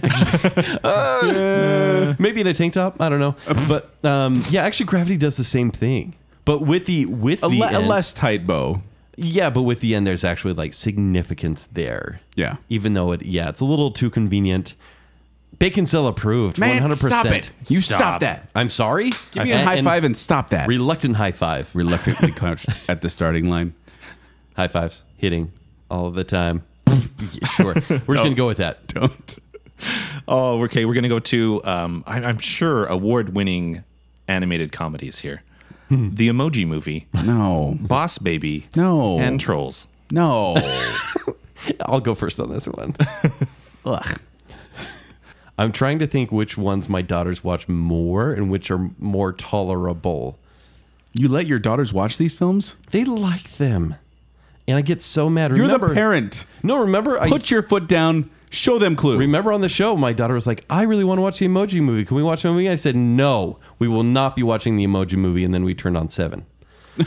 B: Uh,
C: Maybe in a tank top. I don't know. But um, yeah, actually, gravity does the same thing. But with the with
B: A,
C: the
B: le- a
C: end-
B: less tight bow.
C: yeah, but with the end, there's actually like significance there.
B: Yeah.
C: Even though it, yeah, it's a little too convenient. Bacon cell approved. One hundred percent.
B: You stop,
D: Stop.
B: that.
C: I'm sorry.
B: Give me a high five and stop that.
C: Reluctant high five.
B: Reluctantly crouched at the starting line.
C: High fives hitting all the time. Yeah, sure, we're just gonna go with that.
B: Don't.
D: Oh, okay. We're gonna go to um, I, I'm sure award-winning animated comedies here. the Emoji Movie,
B: No.
D: Boss Baby,
B: No.
D: and Trolls.
B: No.
C: I'll go first on this one.
B: Ugh.
C: I'm trying to think which ones my daughters watch more and which are more tolerable.
B: You let your daughters watch these films?
C: They like them, and I get so mad.
B: You're
C: remember,
B: the parent.
C: No, remember I
B: Put your foot down. Show them clue.
C: remember on the show my daughter was like, "I really want to watch the Emoji Movie. Can we watch the movie?" I said, "No, we will not be watching the Emoji Movie." And then we turned on Seven.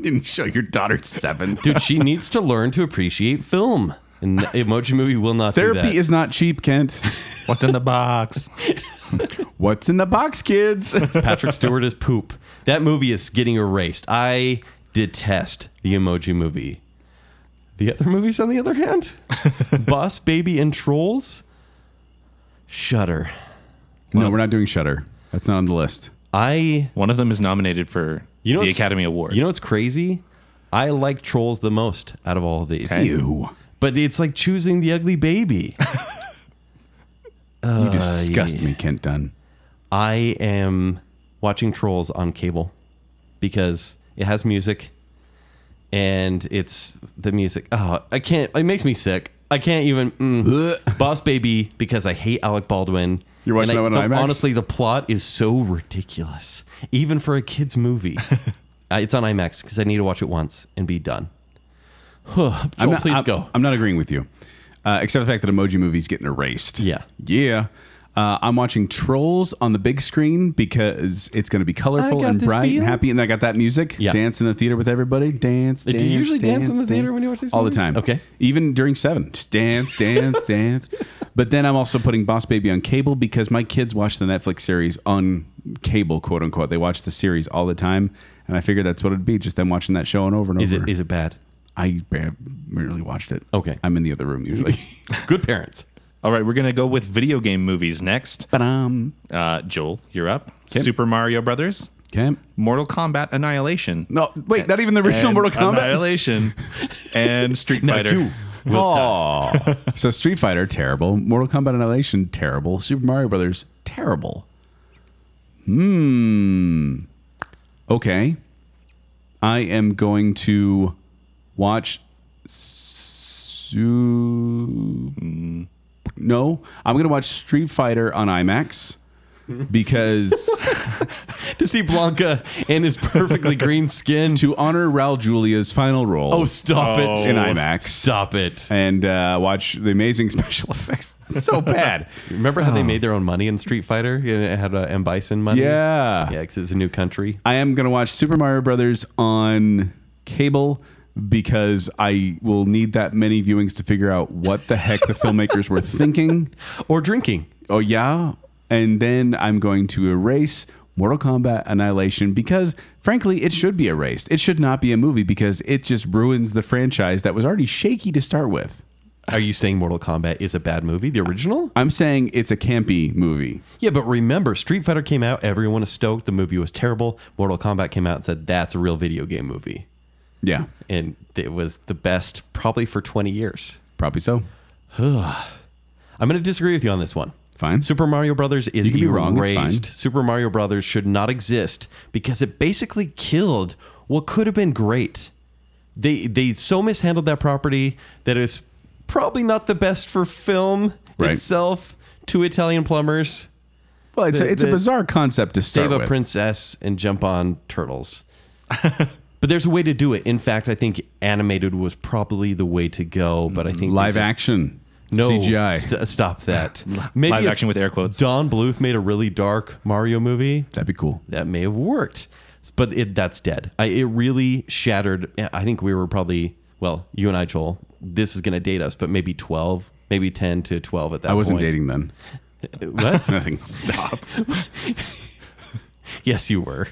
B: Didn't show your daughter seven.
C: Dude, she needs to learn to appreciate film, and the Emoji Movie will not do that.
B: Therapy is not cheap, Kent.
D: What's in the box?
B: What's in the box, kids?
C: Patrick Stewart is poop. That movie is getting erased. I detest the emoji movie. The other movies, on the other hand, Boss Baby and Trolls, Shudder.
B: no, we're not doing Shutter. That's not on the list.
C: I,
D: One of them is nominated for
C: You know
D: the
C: it's-
D: Academy Award.
C: you know what's crazy? I like Trolls the most out of all of these.
B: You.
C: But it's like choosing the ugly baby. Uh,
B: You disgust me, Kent Dunn.
C: I am watching Trolls on cable because it has music and it's the music. Oh, I can't. It makes me sick. I can't even. Mm. Boss Baby because I hate Alec Baldwin.
B: You're watching
C: And I-
B: that one on
C: the-
B: IMAX?
C: Honestly, the plot is so ridiculous, even for a kid's movie. uh, it's on IMAX because I need to watch it once and be done. Joel,
B: I'm not-
C: please
B: I'm-
C: go.
B: I'm not agreeing with you, uh, except the fact that emoji movie's getting erased.
C: Yeah.
B: Yeah. Uh, I'm watching Trolls on the big screen because it's going to be colorful
C: got
B: and
C: the
B: bright
C: feel.
B: and happy, and I got that music.
C: Yeah.
B: Dance in the theater with everybody. Dance.
C: you
B: dance
C: usually dance in the theater
B: dance.
C: when you watch these
B: All
C: movies?
B: the time.
C: Okay.
B: Even during seven, just dance, dance, dance. But then I'm also putting Boss Baby on cable because my kids watch the Netflix series on cable, quote unquote. They watch the series all the time, and I figured that's what it'd be, just them watching that show and over and
C: is
B: over.
C: it is it bad?
B: I bar- barely watched it.
C: Okay.
B: I'm in the other room usually.
C: Good parents.
D: All right, we're gonna go with video game movies next.
B: but um,
D: Uh, Joel, you're up.
B: Okay.
D: Super Mario Brothers,
B: okay.
D: Mortal Kombat Annihilation.
B: No, wait, not even the original
D: and
B: Mortal Kombat.
D: Annihilation and Street Fighter.
C: you
B: Oh. so Street Fighter terrible, Mortal Kombat Annihilation terrible, Super Mario Brothers terrible. Hmm. Okay. I am going to watch Su- No, I'm going to watch Street Fighter on IMAX because
C: to see Blanca and his perfectly green skin.
B: to honor Raul Julia's final role.
C: Oh, stop it.
B: in IMAX.
C: Stop it.
B: and uh, watch the amazing special effects. so bad.
C: Remember how they made their own money in Street Fighter? Yeah, It had uh, M. Bison money?
B: Yeah.
C: Yeah, because it's a new country.
B: I am going to watch Super Mario Brothers on cable because I will need that many viewings to figure out what the heck the filmmakers were thinking.
C: Or drinking.
B: Oh, yeah. And then I'm going to erase Mortal Kombat Annihilation because, frankly, it should be erased. It should not be a movie because it just ruins the franchise that was already shaky to start with.
C: Are you saying Mortal Kombat is a bad movie, the original?
B: I'm saying it's a campy movie.
C: Yeah, but remember, Street Fighter came out, everyone is stoked, the movie was terrible. Mortal Kombat came out and said, that's a real video game movie.
B: Yeah,
C: And it was the best probably for 20 years.
B: probably so.
C: I'm going to disagree with you on this one.
B: Fine.
C: Super Mario Brothers is
B: You can be wrong, it's
C: erased.
B: fine.
C: Super Mario Brothers should not exist because it basically killed what could have been great. They they so mishandled that property that it's probably not the best for film
B: Right.
C: itself. Two Italian plumbers
B: Well, it's,
C: The-
B: a, it's a
C: the-
B: bizarre concept to start
C: save a
B: with.
C: princess and jump on turtles. but there's a way to do it. In fact, I think animated was probably the way to go. But I think they
B: Live
C: just-
B: action,
C: No
B: CGI.
C: st- stop that. Maybe
D: Live
C: if
D: action with air quotes.
C: Don Bluth made a really dark Mario movie.
B: That'd be cool.
C: that may have worked, but it that's dead. I, it really shattered. I think we were probably well, you and I, Joel, this is going to date us, but maybe 12, maybe 10 to 12 at that
B: I wasn't
C: point.
B: dating then.
C: dating. What?
B: Nothing. Stop.
C: Yes, you were.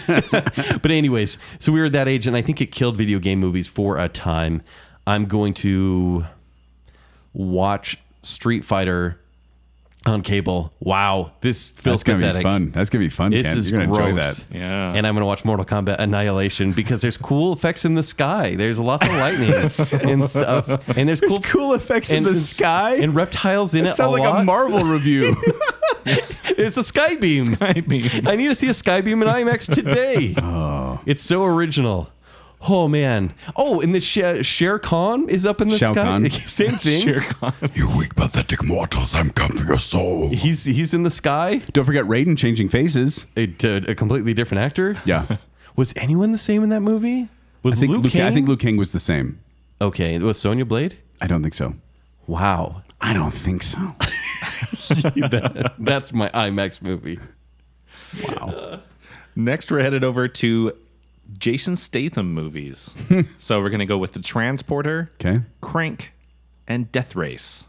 C: but anyways, so we were that age, and I think it killed video game movies for a time. I'm going to watch Street Fighter on cable. Wow, this feels
B: That's gonna
C: pathetic.
B: be fun. That's gonna be fun.
C: This
B: Ken.
C: is
B: You're gonna
C: gross.
B: enjoy that.
D: Yeah.
C: And I'm going to watch Mortal Kombat Annihilation because there's cool effects in the sky. There's a lot of lightning and stuff. And there's, cool,
B: cool effects in the sky?
C: and reptiles in it.
B: Sound
C: a
B: like
C: lot.
B: a Marvel review.
C: It's a sky beam.
D: I mean,
C: I need to see a sky beam in IMAX today. It's so original. Oh man. Oh, and the Sha- Shere Khan is up in the
B: Shao
C: sky.
B: Kahn.
C: Same thing.
D: Shere Khan.
B: you weak, pathetic mortals. I'm come for your soul.
C: He's he's in the sky.
B: Don't forget Raiden changing faces.
C: A, to a completely different actor.
B: Yeah.
C: Was anyone the same in that movie? Was
B: I think Luke,
C: Kang?
B: I think Luke King was the same.
C: Okay, was Sonya Blade?
B: I don't think so.
C: Wow,
B: I don't think so.
C: That- that's my IMAX movie.
D: Next, we're headed over to Jason Statham movies. so we're gonna go with the Transporter,
B: Okay.
D: Crank, and Death Race.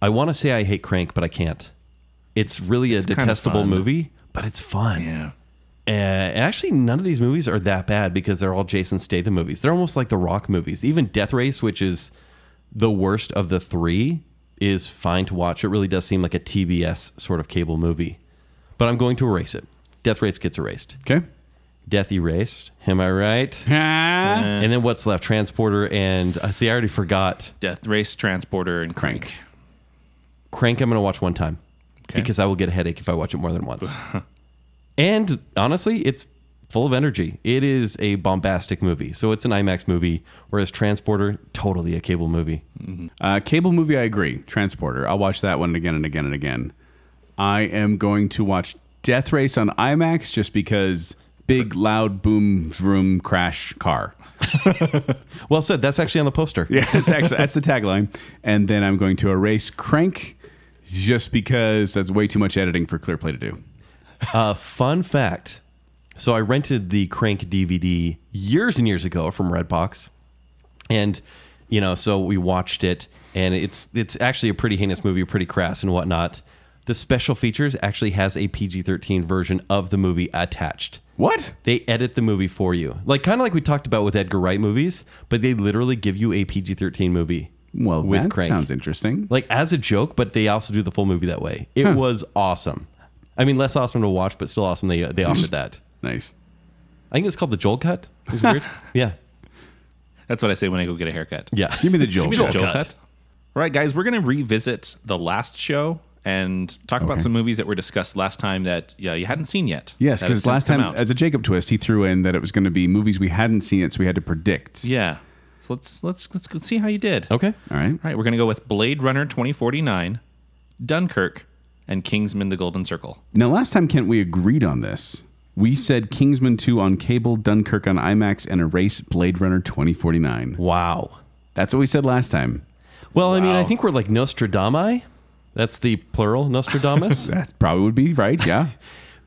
C: I want to say I hate Crank, but I can't. It's really a
D: kinda
C: detestable
D: fun.
C: movie, but it's fun.
D: Yeah.
C: Uh, and actually, none of these movies are that bad because they're all Jason Statham movies. They're almost like the Rock movies. Even Death Race, which is the worst of the three, is fine to watch. It really does seem like a TBS sort of cable movie. But I'm going to erase it. Death Race gets erased.
B: Okay.
C: Death erased. Am I right? and then what's left? Transporter and uh, see, I already forgot.
D: Death Race, Transporter, and Crank.
C: Crank. I'm going to watch one time because I will get a headache if I watch it more than once. and honestly, it's full of energy. It is a bombastic movie, so it's an IMAX movie. Whereas Transporter, totally a cable movie.
B: Uh, cable movie, I agree. Transporter. I'll watch that one again and again and again. I am going to watch Death Race on IMAX just because big, loud, boom, vroom, crash, car.
C: Well said. That's actually on the poster.
B: Yeah, that's actually that's the tagline. And then I'm going to erase Crank just because that's way too much editing for Clearplay to do.
C: Uh, fun fact. So I rented the Crank DVD years and years ago from Redbox, and you know, so we watched it, and it's it's actually a pretty heinous movie, pretty crass and whatnot. The special features actually has a PG-13 version of the movie attached.
B: What?
C: They edit the movie for you, like kind of like we talked about with Edgar Wright movies, but they literally give you a PG-13 movie.
B: Well,
C: with
B: that
C: Crank
B: sounds interesting.
C: like as a joke, but they also do the full movie that way. It was awesome. I mean, less awesome to watch, but still awesome. They they offered that.
B: Nice.
C: I think it's called the Joel cut. It was weird. yeah,
D: That's what I say when I go get a haircut.
C: yeah.
B: Give me the Joel.
D: Give me the
B: cut.
D: Joel cut. All right, guys, we're going to revisit the last show and talk about some movies that were discussed last time that yeah, you hadn't seen yet.
B: Yes,
D: that have
B: because
D: since
B: last
D: come
B: time,
D: out.
B: as a Jacob twist, he threw in that it was going to be movies we hadn't seen it, so we had to predict.
D: yeah. So let's let's let's go see how you did.
C: Okay.
B: All right.
D: All right, we're going to go with Blade Runner 2049, Dunkirk, and Kingsman the Golden Circle.
B: Now, last time, Kent, we agreed on this. We said Kingsman 2 on cable, Dunkirk on IMAX, and Erase Blade Runner 2049.
C: Wow.
B: That's what we said last time.
C: Well, I mean, I think we're like Nostradamus. That's the plural, Nostradamus.
B: That probably would be right. Yeah.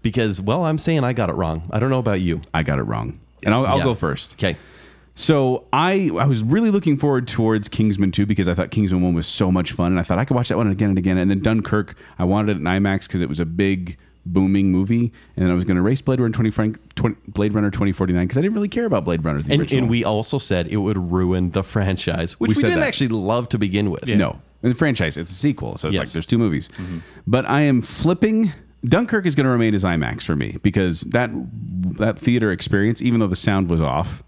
C: because, well, I'm saying I got it wrong. I don't know about you.
B: I got it wrong. And I'll, I'll
C: Yeah.
B: go first.
C: Okay.
B: So I I was really looking forward towards Kingsman 2 because I thought Kingsman 1 was so much fun and I thought I could watch that one again and again and then Dunkirk I wanted it in IMAX because it was a big booming movie and then I was going to race Blade Runner 20, Frank- 20 Blade Runner 2049 because I didn't really care about Blade Runner the
C: And,
B: original.
C: and we also said it would ruin the franchise, which
B: We
C: we,
B: said
C: didn't
B: that.
C: actually love to begin with.
B: No. In the franchise, it's a sequel. So it's like
C: Yes. Mm-hmm.
B: there's two movies. But I am flipping. Dunkirk is going to remain as IMAX for me because that that theater experience, even though the sound was off,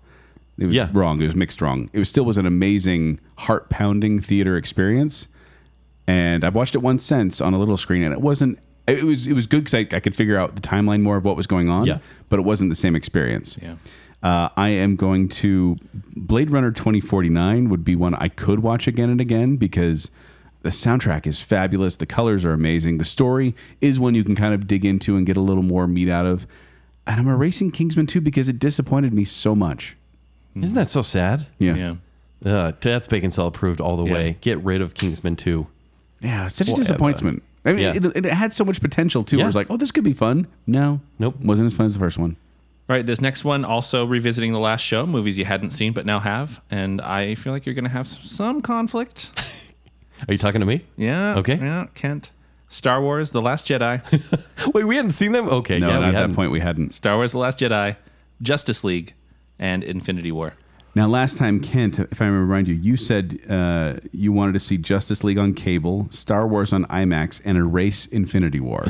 B: it was
C: Yeah.
B: wrong. It was mixed wrong. It was, still was an amazing, heart pounding theater experience. And I've watched it once since on a little screen, and it wasn't. It was it was good because I, I could figure out the timeline more of what was going on.
C: Yeah.
B: But it wasn't the same experience.
D: Yeah.
B: Uh, I am going to Blade Runner 2049 would be one I could watch again and again because the soundtrack is fabulous, the colors are amazing, the story is one you can kind of dig into and get a little more meat out of. And I'm erasing Kingsman 2 because it disappointed me so much.
C: Isn't that so sad?
B: Yeah.
D: Yeah.
B: Yeah,
C: Uh, that's Bacon Cell approved all the
D: Yeah.
C: way. Get rid of Kingsman 2.
B: it's such
C: Whatever.
B: a disappointment. I mean,
C: Yeah.
B: it, it had so much potential too. Where it was
C: Yeah.
B: like, oh, this could be fun. No,
C: Nope.
B: wasn't as fun as the first one.
D: All right, this next one also revisiting the last show, movies you hadn't seen but now have, and I feel like you're going to have s- some conflict.
C: Are you talking to me?
D: Yeah.
C: Okay.
D: Yeah, Kent. Star Wars: The Last Jedi.
C: Wait, we hadn't seen them. Okay,
B: No,
C: yeah,
B: not
C: we
B: at
C: hadn't.
B: that point we hadn't.
D: Star Wars: The Last Jedi, Justice League, and Infinity War.
B: Now, last time, Kent, if I remember right, you, you said uh, you wanted to see Justice League on cable, Star Wars on IMAX, and erase Infinity War.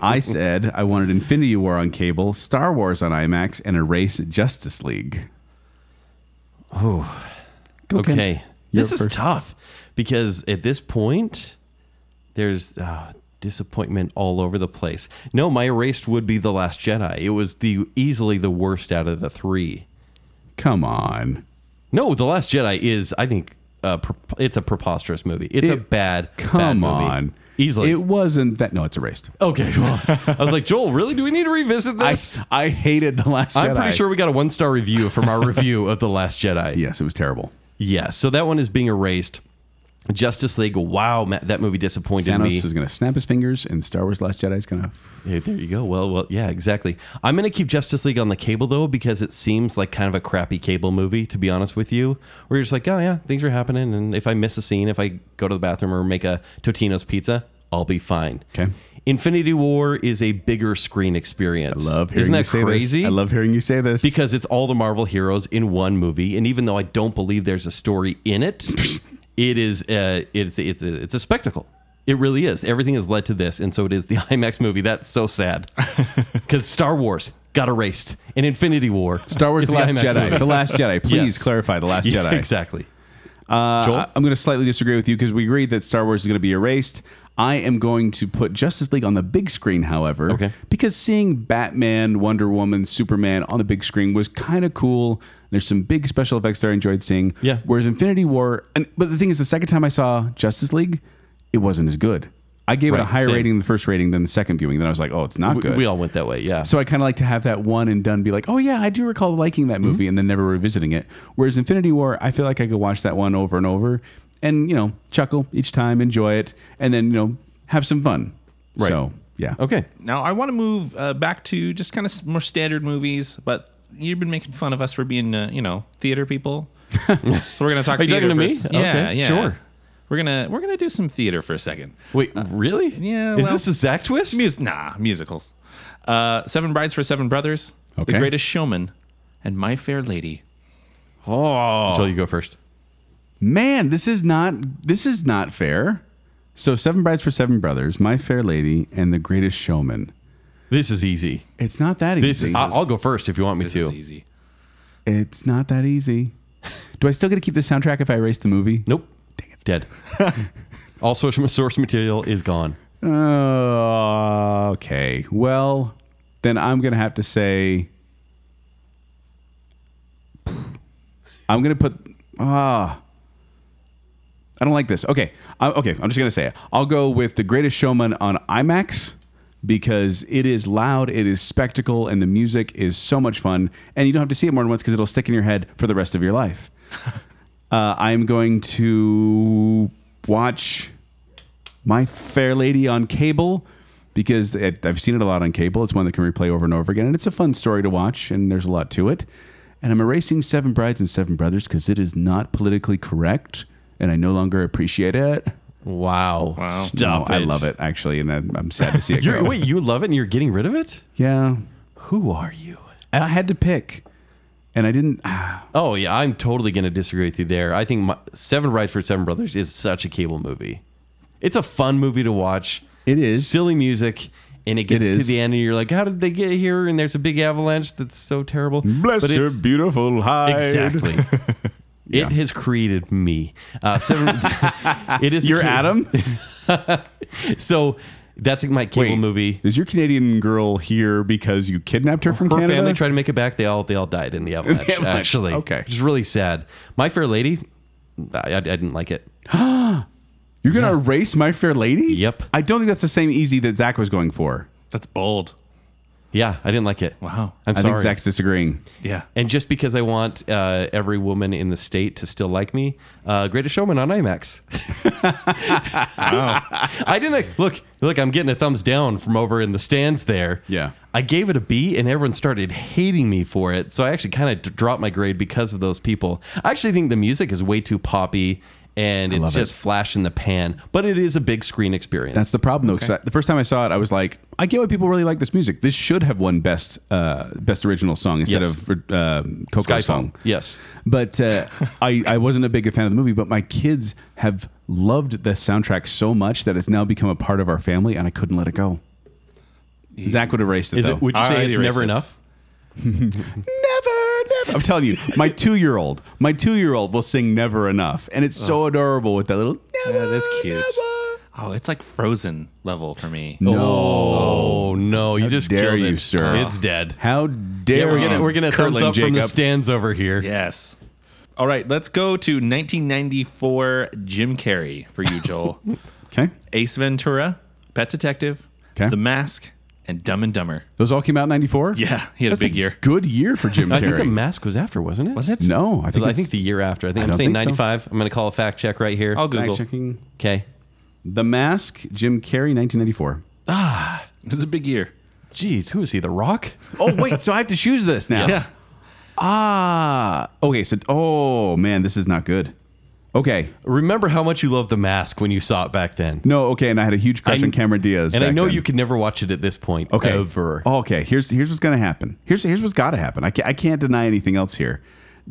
B: I said I wanted Infinity War on cable, Star Wars on IMAX, and erase Justice League. Oh,
C: Okay,
B: You're
C: this is
B: first.
C: tough because at this point, there's uh, disappointment all over the place. No, my erased would be the Last Jedi. It was the easily the worst out of the three.
B: Come on,
C: No, the Last Jedi is, I think, uh, pre- it's a preposterous movie. It's a
B: It-
C: bad, bad
B: come
C: movie.
B: on.
C: easily.
B: it wasn't that. No, it's erased.
C: okay, well, I was like, Joel, really? Do we need to revisit
B: I,
C: this?
B: I hated the last.
C: I'm pretty
B: Jedi.
C: sure we got a one star review from our review of The Last Jedi.
B: Yes, it was terrible.
C: Yeah, so that one is being erased. Justice League, wow, ma- that movie disappointed
B: Thanos
C: me.
B: is going to snap his fingers, and Star Wars: Last Jedi is going to.
C: Yeah, there you go. Well, well, yeah, exactly. I'm gonna keep Justice League on the cable though because it seems like kind of a crappy cable movie, to be honest with you. Where you're just like, oh yeah, things are happening, and if I miss a scene, if I go to the bathroom or make a Totino's pizza, I'll be fine.
B: Okay.
C: Infinity War is a bigger screen experience. Isn't that crazy?
B: I love hearing you say this
C: because it's all the Marvel heroes in one movie, and even though I don't believe there's a story in it, it is uh, it's it's a, it's a spectacle. It really is. Everything has led to this, and so it is the IMAX movie. That's so sad because Star Wars got erased, and Infinity War,
B: Star Wars:
C: is
B: The Last
C: IMAX
B: Jedi.
C: movie.
B: The Last Jedi. Please
C: Yes.
B: clarify the Last
C: Yeah,
B: Jedi.
C: exactly.
B: Uh,
C: Joel?
B: I- I'm going to slightly disagree with you because we agreed that Star Wars is going to be erased. I am going to put Justice League on the big screen, however,
C: Okay.
B: because seeing Batman, Wonder Woman, Superman on the big screen was kind of cool. There's some big special effects that I enjoyed seeing.
C: Yeah.
B: Whereas Infinity War, and, but the thing is, the second time I saw Justice League, it wasn't as good. I gave it a
C: Right,
B: higher
C: same.
B: rating than the first rating than the second viewing. Then I was like, oh, it's not
C: We,
B: good.
C: we all went that way. Yeah.
B: So I kind of like to have that one and done. Be like, oh yeah, I do recall liking
C: Mm-hmm.
B: that movie, and then never revisiting it. Whereas Infinity War, I feel like I could watch that one over and over, and you know, chuckle each time, enjoy it, and then you know, have some fun.
C: Right.
B: So yeah.
C: okay.
D: Now I want to move uh, back to just kind of more standard movies, but you've been making fun of us for being, uh, you know, theater people. so we're gonna talk.
C: Are you talking
D: theater
C: to me?
D: first.
C: Okay,
D: Yeah, yeah.
C: sure.
D: We're gonna we're gonna do some theater for a second.
C: Wait,
B: Uh,
C: really?
D: yeah,
C: Is
D: well-
C: this a Zach twist?
D: Mus- nah, musicals. Uh, Seven Brides for Seven Brothers,
B: Okay.
D: The Greatest Showman, and My Fair Lady.
C: Joel, you go first.
B: Man, this is not this is not fair. So Seven Brides for Seven Brothers, My Fair Lady, and The Greatest Showman.
C: This is easy.
B: It's not that
C: This
B: easy.
C: is. I- I'll go first if you want me
D: This
C: to.
D: is easy.
B: it's not that easy. Do I still get to keep the soundtrack if I erase the movie?
C: Nope. Dang it. Dead. All source, source material is gone.
B: Uh, okay. Well, then I'm going to have to say I'm going to put ah I don't like this. Okay. I, okay, I'm just going to say it. I'll go with The Greatest Showman on IMAX because it is loud, it is spectacle and the music is so much fun and you don't have to see it more than once cuz it'll stick in your head for the rest of your life. Uh, I'm going to watch my Fair Lady on cable because it, I've seen it a lot on cable. It's one that can replay over and over again, and it's a fun story to watch, and there's a lot to it. And I'm erasing Seven Brides and Seven Brothers because it is not politically correct, and I no longer appreciate it.
C: Wow.
D: Wow.
C: Stop
B: No,
C: it.
B: I love it actually, and I'm I'm sad to see it
C: You're,
B: go.
C: wait, you love it and you're getting rid of it?
B: Yeah,
C: Who are you?
B: I had to pick, and I didn't. ah,
C: Oh, yeah. I'm totally going to disagree with you there. I think my, Seven Rides for Seven Brothers is such a cable movie. It's a fun movie to watch.
B: It is.
C: Silly music. And it gets to
B: is.
C: the end, and you're like, how did they get here? And there's a big avalanche that's so terrible. but it's,
B: beautiful hide.
C: Exactly.
B: Yeah.
C: It has created me. Uh, seven, it is a
B: You're
C: ca-
B: Adam.
C: So that's my cable
B: Wait,
C: movie.
B: Is your Canadian girl here because you kidnapped her from
C: Oh, her
B: Canada?
C: family tried to make it back. They all they all died in the avalanche.
B: avalanche,
C: Actually,
B: okay.
C: which is really sad. My Fair Lady, I, I, I didn't like it.
B: You're gonna erase My Fair Lady?
C: Yep.
B: I don't think that's the same easy that Zach was going for.
D: That's bold.
C: Yeah, I didn't like it.
D: Wow.
C: I'm
B: i
C: sorry.
B: think Zach's disagreeing.
D: Yeah.
C: and just because I want uh, every woman in the state to still like me, uh, Greatest Showman on IMAX. I didn't like, look. Look, I'm getting a thumbs down from over in the stands there.
B: Yeah.
C: I gave it a B, and everyone started hating me for it. So I actually kind of d- dropped my grade because of those people. I actually think the music is way too poppy, and it's
B: love it.
C: just flash in the pan. But it is a big screen experience.
B: That's the problem though. 'cause I- the first time I saw it, I was like, I get why people really like this music. This should have won best uh, best original song instead
C: Yes.
B: of uh, Coco
C: Skyfall.
B: song.
C: Yes.
B: But uh, I, I wasn't a big fan of the movie, but my kids have loved the soundtrack so much that it's now become a part of our family, and I couldn't let it go. Zach would erase it
C: Is
B: though.
C: it? Would you
D: I
C: say
D: already
C: it's never
D: erased this.
C: enough?
B: never, never. I'm telling you, my two year old, my two year old will sing "Never Enough," and it's so adorable with that little "Never."
D: Yeah, that's cute.
B: never."
D: Oh, it's like frozen level for me.
B: No.
C: Oh no! You just
B: dare
C: killed
B: you,
C: it.
B: sir.
C: It's dead.
B: How
C: Yeah,
B: dare
C: we're gonna
B: you,
C: we're gonna thumbs
B: Kirtland
C: up from the
B: Um, Jacob.
C: stands over here.
D: Yes. All right, let's go to 1994 Jim Carrey for you, Joel.
B: Okay.
D: Ace Ventura, Pet Detective,
B: Okay.
D: The Mask, and Dumb and Dumber.
B: Those all came out in 94?
D: Yeah, he had
B: That's
D: a big year.
B: Good year for Jim
C: I think the
B: Carrey.
C: mask was after, wasn't it?
D: Was it?
B: no, I
C: I think,
B: think, it's-
C: the year after. I
B: I
C: think I am
B: don't
C: saying
B: think so.
C: 95. I'm going to call a fact check right here.
D: I'll Google.
B: Fact checking.
C: okay.
B: The Mask, Jim Carrey, 1994.
D: It was a big year.
C: Jeez, who is he? The Rock?
B: Oh, wait, so I have to choose this now.
D: Yes.
B: Ah. Okay, so, oh, man, this is not good. Okay.
C: Remember how much you loved The Mask when you saw it back then.
B: No, okay, and I had a huge crush
C: I-
B: on Cameron Diaz.
C: and I
B: back
C: know
B: then.
C: you could never watch it at this point.
B: Okay.
C: Ever.
B: Oh, okay. Here's here's what's gonna happen. Here's here's what's gotta happen. I can't, I can't deny anything else here.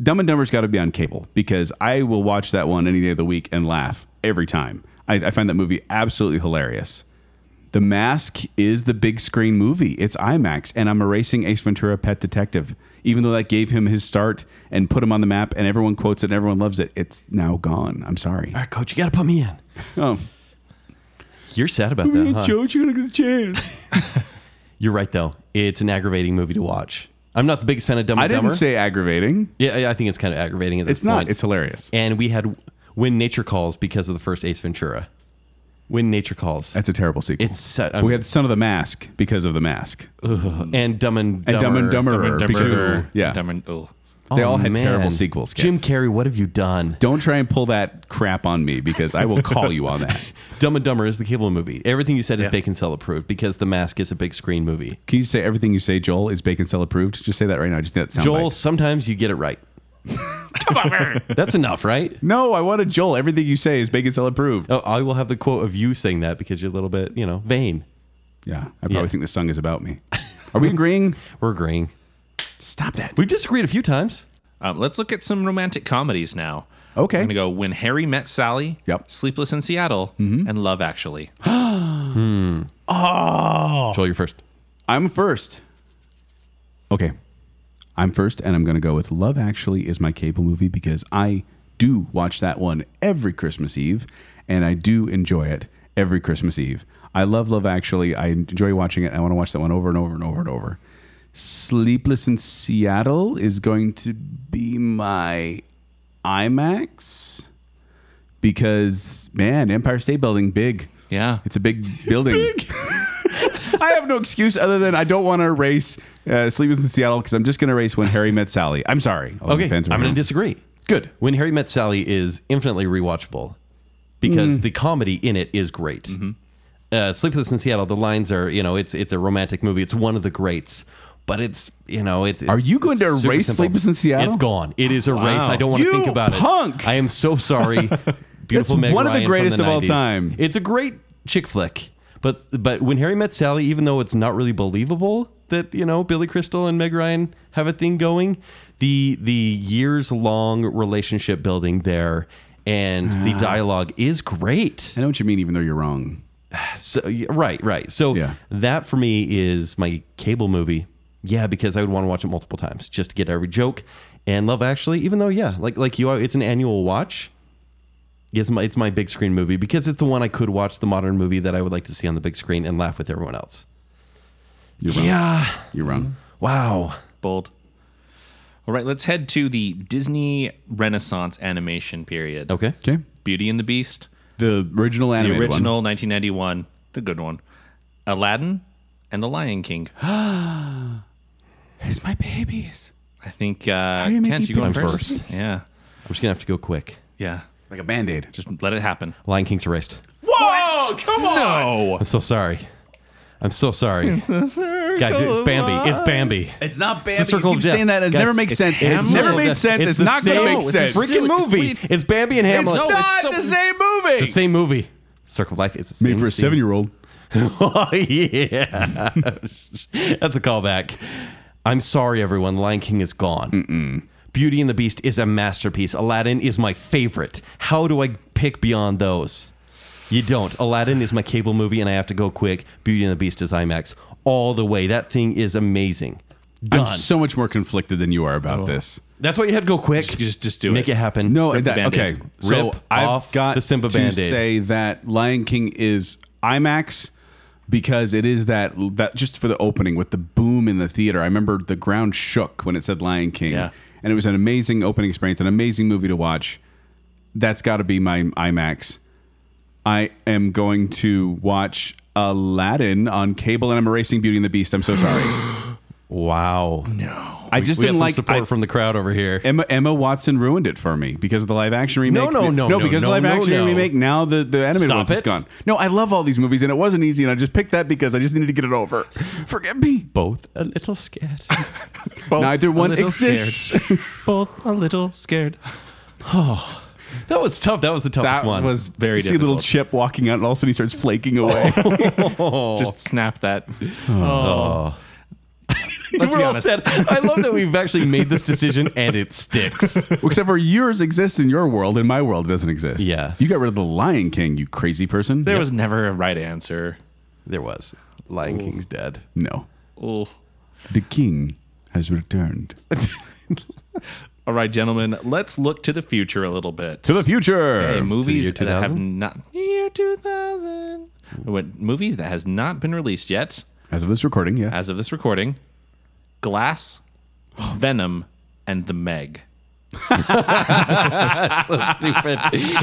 B: Dumb and Dumber's got to be on cable because I will watch that one any day of the week and laugh every time. I, I find that movie absolutely hilarious. The Mask is the big screen movie. It's IMAX, and I'm erasing Ace Ventura: Pet Detective. Even though that gave him his start and put him on the map, and everyone quotes it and everyone loves it, it's now gone. I'm sorry.
C: All right, coach, you got to put me in.
B: Oh,
C: You're sad about that, huh?
B: you're gonna get a chance.
C: You're right, though. It's an aggravating movie to watch. I'm not the biggest fan of Dumb and
B: I didn't
C: Dumber.
B: say aggravating.
C: yeah, I- I think it's kind of aggravating at this
B: It's not.
C: point.
B: It's hilarious.
C: And we had When Nature Calls because of the first Ace Ventura. When Nature Calls.
B: That's a terrible sequel.
C: It's set.
B: we had Son of the Mask because of the mask.
C: and Dumb and
B: And
C: Dumber.
B: Dumb and Dumber.
D: Dumb and
B: because
D: Dumber.
B: yeah.
D: Dumb and, oh.
B: They
C: Oh,
B: all had
C: man.
B: terrible sequels. kids.
C: Jim Carrey, what have you done?
B: Don't try and pull that crap on me because I will call you on that.
C: Dumb and Dumber is the cable movie. Everything you said is
D: Yeah.
C: Bacon Cell approved because The Mask is a big screen movie.
B: Can you say everything you say, Joel, is Bacon Cell approved? Just say that right now. Just that sound.
C: Joel,
B: bite.
C: sometimes you get it right. That's enough, right?
B: No, I wanted Joel. Everything you say is Bacon Cell approved.
C: Oh, I will have the quote of you saying that because you're a little bit, you know, vain.
B: Yeah. I probably
C: Yeah.
B: think this song is about me. Are we agreeing?
C: We're agreeing.
B: Stop that.
C: We've disagreed a few times.
D: Um, let's look at some romantic comedies now.
B: Okay.
D: I'm going to go When Harry Met Sally,
B: Yep. Mm-hmm.
D: Sleepless in Seattle, and Love Actually.
C: Joel, you're first.
B: I'm first. Okay. I'm first, and I'm going to go with Love Actually is my cable movie because I do watch that one every Christmas Eve, and I do enjoy it every Christmas Eve. I love Love Actually. I enjoy watching it. I want to watch that one over and over and over and over. Sleepless in Seattle is going to be my IMAX because, man, Empire State Building, big.
D: Yeah.
B: It's a big building. I have no excuse other than I don't want to erase uh, Sleepers in Seattle because I'm just going to erase when Harry met Sally. I'm sorry. all the
C: Okay, I'm
B: fans are
C: going to
B: wrong.
C: disagree.
B: Good.
C: When Harry Met Sally is infinitely rewatchable
B: Mm.
C: because the comedy in it is great.
B: Mm-hmm.
C: Uh, Sleepless in Seattle, the lines are, you know, it's it's a romantic movie. It's one of the greats, but it's, you know, it's.
B: Are
C: it's-
B: you going
C: it's
B: to
C: super
B: erase
C: simple.
B: Sleepless in Seattle?
C: It's gone. It is erased.
D: Wow.
C: I don't want to
B: You
C: think about
B: punk!
C: it. I am so sorry. Beautiful
B: It's
C: Meg
B: one of the
C: Ryan from
B: greatest of all
C: 90s.
B: time.
C: It's a great chick flick. But but when Harry met Sally, even though it's not really believable that you know Billy Crystal and Meg Ryan have a thing going, the the years long relationship building there and
B: Ah.
C: the dialogue is great.
B: I know what you mean, even though you're wrong.
C: So, y- right, right. So
B: Yeah.
C: that for me is my cable movie. Yeah, because I would want to watch it multiple times just to get every joke. And Love Actually, even though yeah, like like you, it's an annual watch. It's my it's my big screen movie because it's the one I could watch the modern movie that I would like to see on the big screen and laugh with everyone else.
B: You're wrong.
C: Yeah.
B: You're wrong.
C: Wow.
D: Bold. All right, let's head to the Disney Renaissance animation period.
C: Okay.
B: Okay.
D: Beauty and the Beast,
B: The original
D: the
B: animated
D: original
B: one.
D: 1991, the good one, Aladdin, and The Lion King.
B: It's my babies.
D: I think uh,
B: you make
D: Kent,
B: me
D: you going
B: pick
D: first?
B: first?
D: Yeah,
C: I'm just gonna have to go quick.
D: yeah.
B: Like a band aid.
D: Just let it happen.
C: Lion King's erased.
D: Whoa! Come on!
C: I'm so sorry. I'm so sorry. Guys, it's Bambi. It's Bambi.
B: It's not Bambi.
C: It's a circle
B: you keep
C: of death.
B: saying that. It
C: Guys,
B: never makes
C: it's
B: sense.
C: Hamlet.
B: It's never made
C: It's
B: sense.
C: the
B: It's, not going to
C: same-
B: make sense.
C: It's a freaking movie. It's Bambi and Hamlet.
D: No,
B: It's
D: it's
B: not
D: so-
B: the same movie.
C: It's the same movie. Circle of Life. It's the same
B: Made for a
C: scene.
B: seven-year-old.
C: oh yeah, that's a callback. I'm sorry, everyone. Lion King is gone. Beauty and the Beast is a masterpiece. Aladdin is my favorite. How do I pick beyond those? You don't. Aladdin is my cable movie, and I have to go quick. Beauty and the Beast is IMAX all the way. That thing is amazing.
B: I'm
C: Done. Oh.
B: so much more conflicted than you are about this.
C: that's why you had to go quick.
D: Just- just- just do
C: Make
D: it.
C: it happen.
B: No,
D: Rip the
B: that, okay.
D: Band-Aid.
B: So
C: Rip
B: I've
C: off
B: got
C: the Simba
B: to
C: Band-Aid.
B: say that Lion King is IMAX because it is that that just for the opening with the boom in the theater. I remember the ground shook when it said Lion King,
D: Yeah.
B: and it was an amazing opening experience, an amazing movie to watch. That's got to be my IMAX. I am going to watch Aladdin on cable, and I'm erasing Beauty and the Beast. I'm so sorry.
C: Wow. No.
B: I just
C: We had
B: didn't
C: some
B: like.
C: support
B: I-
C: from the crowd over here.
B: Emma Emma Watson ruined it for me because of the live action remake.
C: No, no, no,
B: no,
C: no,
B: because
C: no,
B: the live
C: no,
B: action
C: no.
B: remake now the the animated
C: Stop
B: one's just
C: it.
B: gone. No, I love all these movies and it wasn't easy and I just picked that because I just needed to get it over. Forget me.
C: Both a little scared.
D: Both
B: Neither
D: a
B: one
D: little
B: exists.
D: scared. Both a little scared.
C: that was tough. That was the toughest
D: That
C: one.
D: was very
B: You see little
D: difficult.
B: Chip walking out and all of a sudden he starts flaking away.
D: Just snap that. oh.
C: Let's
D: Let's be honest.
C: I love that we've actually made this decision and it sticks.
B: Except for yours exists in your world and my world doesn't exist.
C: Yeah.
B: You got rid of the Lion King, you crazy person.
D: There
B: Yep.
D: was never a right answer.
C: There was Lion King's dead.
B: No.
D: Oh.
B: The king has returned.
D: All right, gentlemen, let's look to the future a little bit.
B: To the future.
D: Okay, movies
C: to the year
D: that have
C: 2000?
D: not year 2000. What movies that has not been released yet
B: As of this recording, yes.
D: as of this recording? Glass, Venom, and The Meg.
C: So stupid.
D: You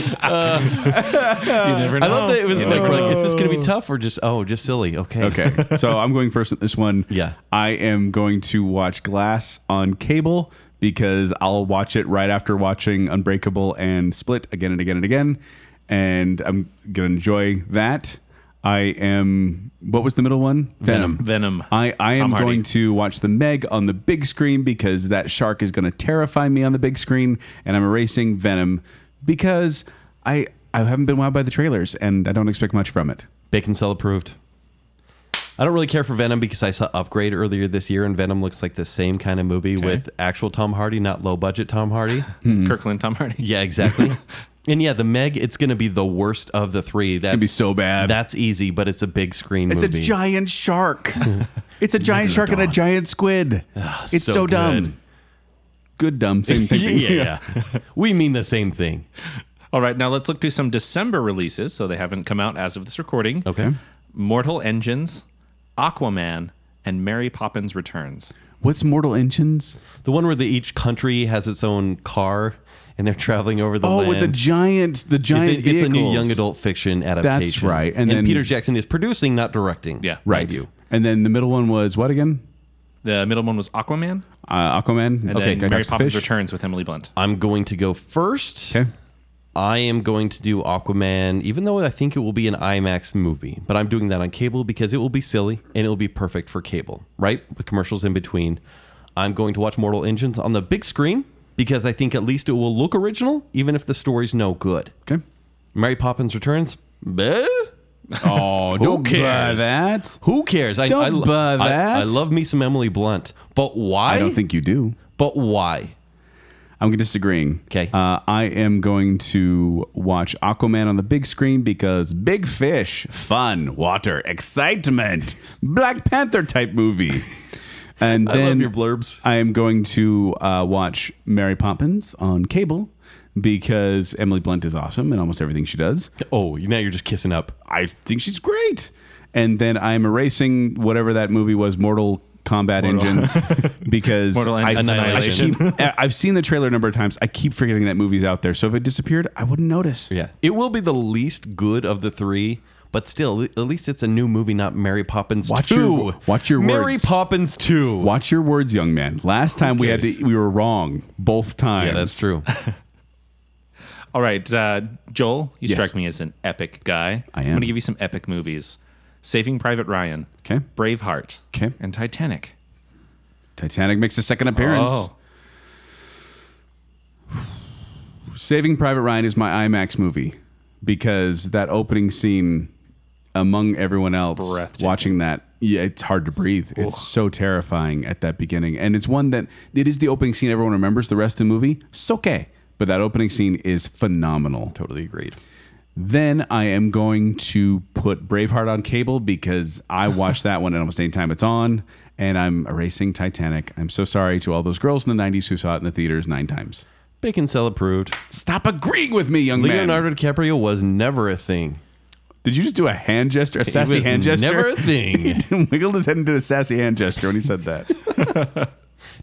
D: never know.
C: I love that it
D: Oh,
C: was like, we're like, is this going to be tough or just oh, just silly? Okay.
B: Okay, so I'm going first at this one.
C: Yeah.
B: I am going to watch Glass on cable because I'll watch it right after watching Unbreakable and Split again and again and again, and I'm gonna enjoy that. I am. What was the middle one? Venom.
D: Venom.
B: I, I am
D: Tom Hardy.
B: going to watch the Meg on the big screen because that shark is going to terrify me on the big screen, and I'm erasing Venom because I I haven't been wowed by the trailers and I don't expect much from it.
C: Bacon cell approved. I don't really care for Venom because I saw Upgrade earlier this year, and Venom looks like the same kind of movie with actual Tom Hardy, not low budget Tom Hardy.
D: Kirkland, Tom Hardy.
C: yeah, exactly. and yeah, the Meg, it's going to be the worst of the three. That's,
B: It's gonna be so bad.
C: That's easy, but it's a big screen
B: It's
C: movie.
B: a giant shark. it's a giant shark and a giant squid. it's so,
C: so
B: dumb. Good dumb. Same
C: yeah,
B: thing.
C: yeah, yeah. we mean the same thing.
D: All right, now let's look to some December releases, so they haven't come out as of this recording.
B: Okay.
D: Mortal Engines, Aquaman, and Mary Poppins Returns.
B: What's Mortal Engines?
C: The one where the, each country has its own car and they're traveling over the
B: Oh,
C: land.
B: with the giant, the giant
C: It's a- it's a new
B: vehicles.
C: young adult fiction adaptation.
B: right, and then-
C: Peter Jackson is producing, not directing.
D: Yeah.
B: Right.
C: Mind You.
B: And then the middle one was what again?
D: The middle one was Aquaman,
B: Uh, Aquaman.
D: and then Mary
B: Goldilocks the
D: Poppins
B: Fish.
D: Returns with Emily Blunt.
C: I'm going to go first.
B: Okay.
C: I am going to do Aquaman, even though I think it will be an IMAX movie, but I'm doing that on cable because it will be silly and it'll be perfect for cable, right? With commercials in between. I'm going to watch Mortal Engines on the big screen because I think at least it will look original, even if the story's no good.
B: Okay.
C: Mary Poppins Returns. Bleh.
B: Oh,
C: Who cares?
B: that.
C: Who cares? I,
B: Don't
C: I, lo-
B: buy
C: I-
B: that.
C: I, love me some Emily Blunt, but why?
B: I don't think you do.
C: But why?
B: I'm disagreeing.
C: 'Kay.
B: Uh, I am going to watch Aquaman on the big screen because big fish, fun, water, excitement, Black Panther type movie. And
C: love
B: then
C: your blurbs.
B: I am going to uh, watch Mary Poppins on cable because Emily Blunt is awesome in almost everything she does.
C: Oh, now you're just kissing up.
B: I think she's great. And then I'm erasing whatever that movie was, Mortal Combat Engines, because
D: Mortal
B: I,
D: Engines
B: I
D: Annihilation.
B: keep, I've seen the trailer a number of times. I keep forgetting that movie's out there. So if it disappeared, I wouldn't notice.
C: Yeah. It will be the least good of the three, but still, at least it's a new movie, not Mary Poppins
B: Watch
C: 2.
B: your- watch your
C: Mary
B: words.
C: Poppins 2.
B: Watch your words, young man. Last time we had
C: cares?
B: to, we were wrong both times.
C: Yeah, that's true.
D: All right, uh, Joel, you
B: Yes.
D: strike me as an epic guy.
B: I
D: I'm
B: am.
D: going to give you some epic movies. Saving Private Ryan,
B: Okay.
D: Braveheart,
B: Okay.
D: and Titanic.
B: Titanic makes a second appearance.
D: Oh.
B: Saving Private Ryan is my IMAX movie because that opening scene among everyone else
D: Breathtaking.
B: watching that yeah it's hard to breathe it's so terrifying at that beginning and it's one that it is the opening scene everyone remembers the rest of the movie it's okay but that opening scene is phenomenal
C: Totally agreed.
B: then I am going to put Braveheart on cable because I watch that one at almost any time it's on, and I'm erasing Titanic. I'm so sorry to all those girls in the '90s who saw it in the theaters nine times.
C: Bacon cell approved.
B: Stop agreeing with me, young man.
C: Leonardo DiCaprio was never a thing.
B: Did you just do a hand gesture, a sassy
C: was
B: hand gesture?
C: never a thing.
B: he wiggled his head and did a sassy hand gesture when he said that.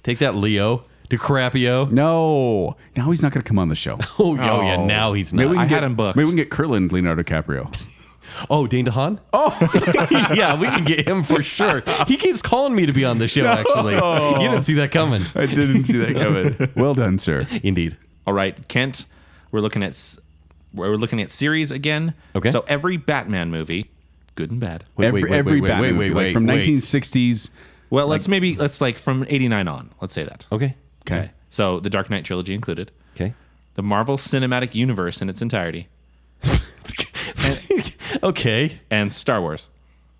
C: Take that, Leo DiCaprio.
B: no, now he's not going to come on the show.
C: Oh, yeah, oh, yeah, now he's not.
D: I had him booked.
B: Maybe we can get Curlin Leonardo DiCaprio.
C: oh, Dane DeHaan? Oh, yeah, we can get him for sure. He keeps calling me to be on the show, actually. You didn't see that coming.
B: I didn't see that coming. well done, sir.
C: Indeed.
D: All right, Kent, we're looking at s- we're looking at series again.
C: Okay.
D: So every Batman movie, good and bad.
C: Wait,
B: every
C: wait, wait,
B: every
C: wait, wait,
B: Batman
C: wait,
B: movie,
C: wait,
B: like
C: wait,
B: from
C: wait.
B: 1960s.
D: Well, let's maybe let's like from 89 on. Let's say that.
C: Okay.
B: Okay.
D: So the Dark Knight trilogy included.
C: Okay.
D: The Marvel Cinematic Universe in its entirety
C: okay.
D: and Star Wars.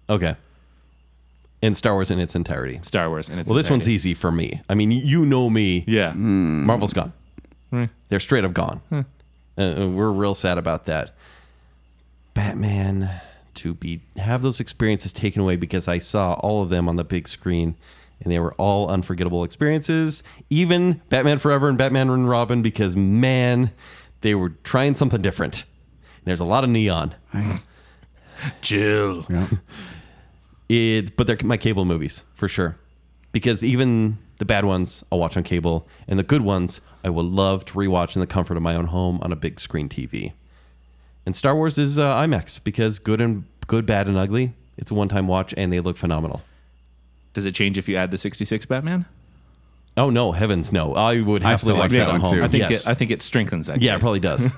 C: Okay. And Star Wars in its entirety.
D: Star Wars in its
C: Well, this one's e- Hmm.
D: entirety.
C: easy for me. I mean, you know me.
D: Yeah.
C: Marvel's gone. They're straight up gone. Uh, we're real sad about that. Batman to be have those experiences taken away because I saw all of them on the big screen and they were all unforgettable experiences. Even Batman Forever and Batman and Robin because man, they were trying something different. There's a lot of neon.
D: Jill.
C: It, but they're my cable movies for sure, because even the bad ones I'll watch on cable, and the good ones I will love to rewatch in the comfort of my own home on a big screen TV. And Star Wars is uh, IMAX because good and good, bad and ugly. It's a one-time watch, and they look phenomenal.
D: Does it change if you add the 66 Batman?
C: Oh no, heavens no! I would happily
B: still like
C: watch
B: that
C: that at
B: one,
C: home.
B: too.
D: I think
C: yes.
D: it, I think it strengthens that.
C: yeah, it
D: case.
C: probably does.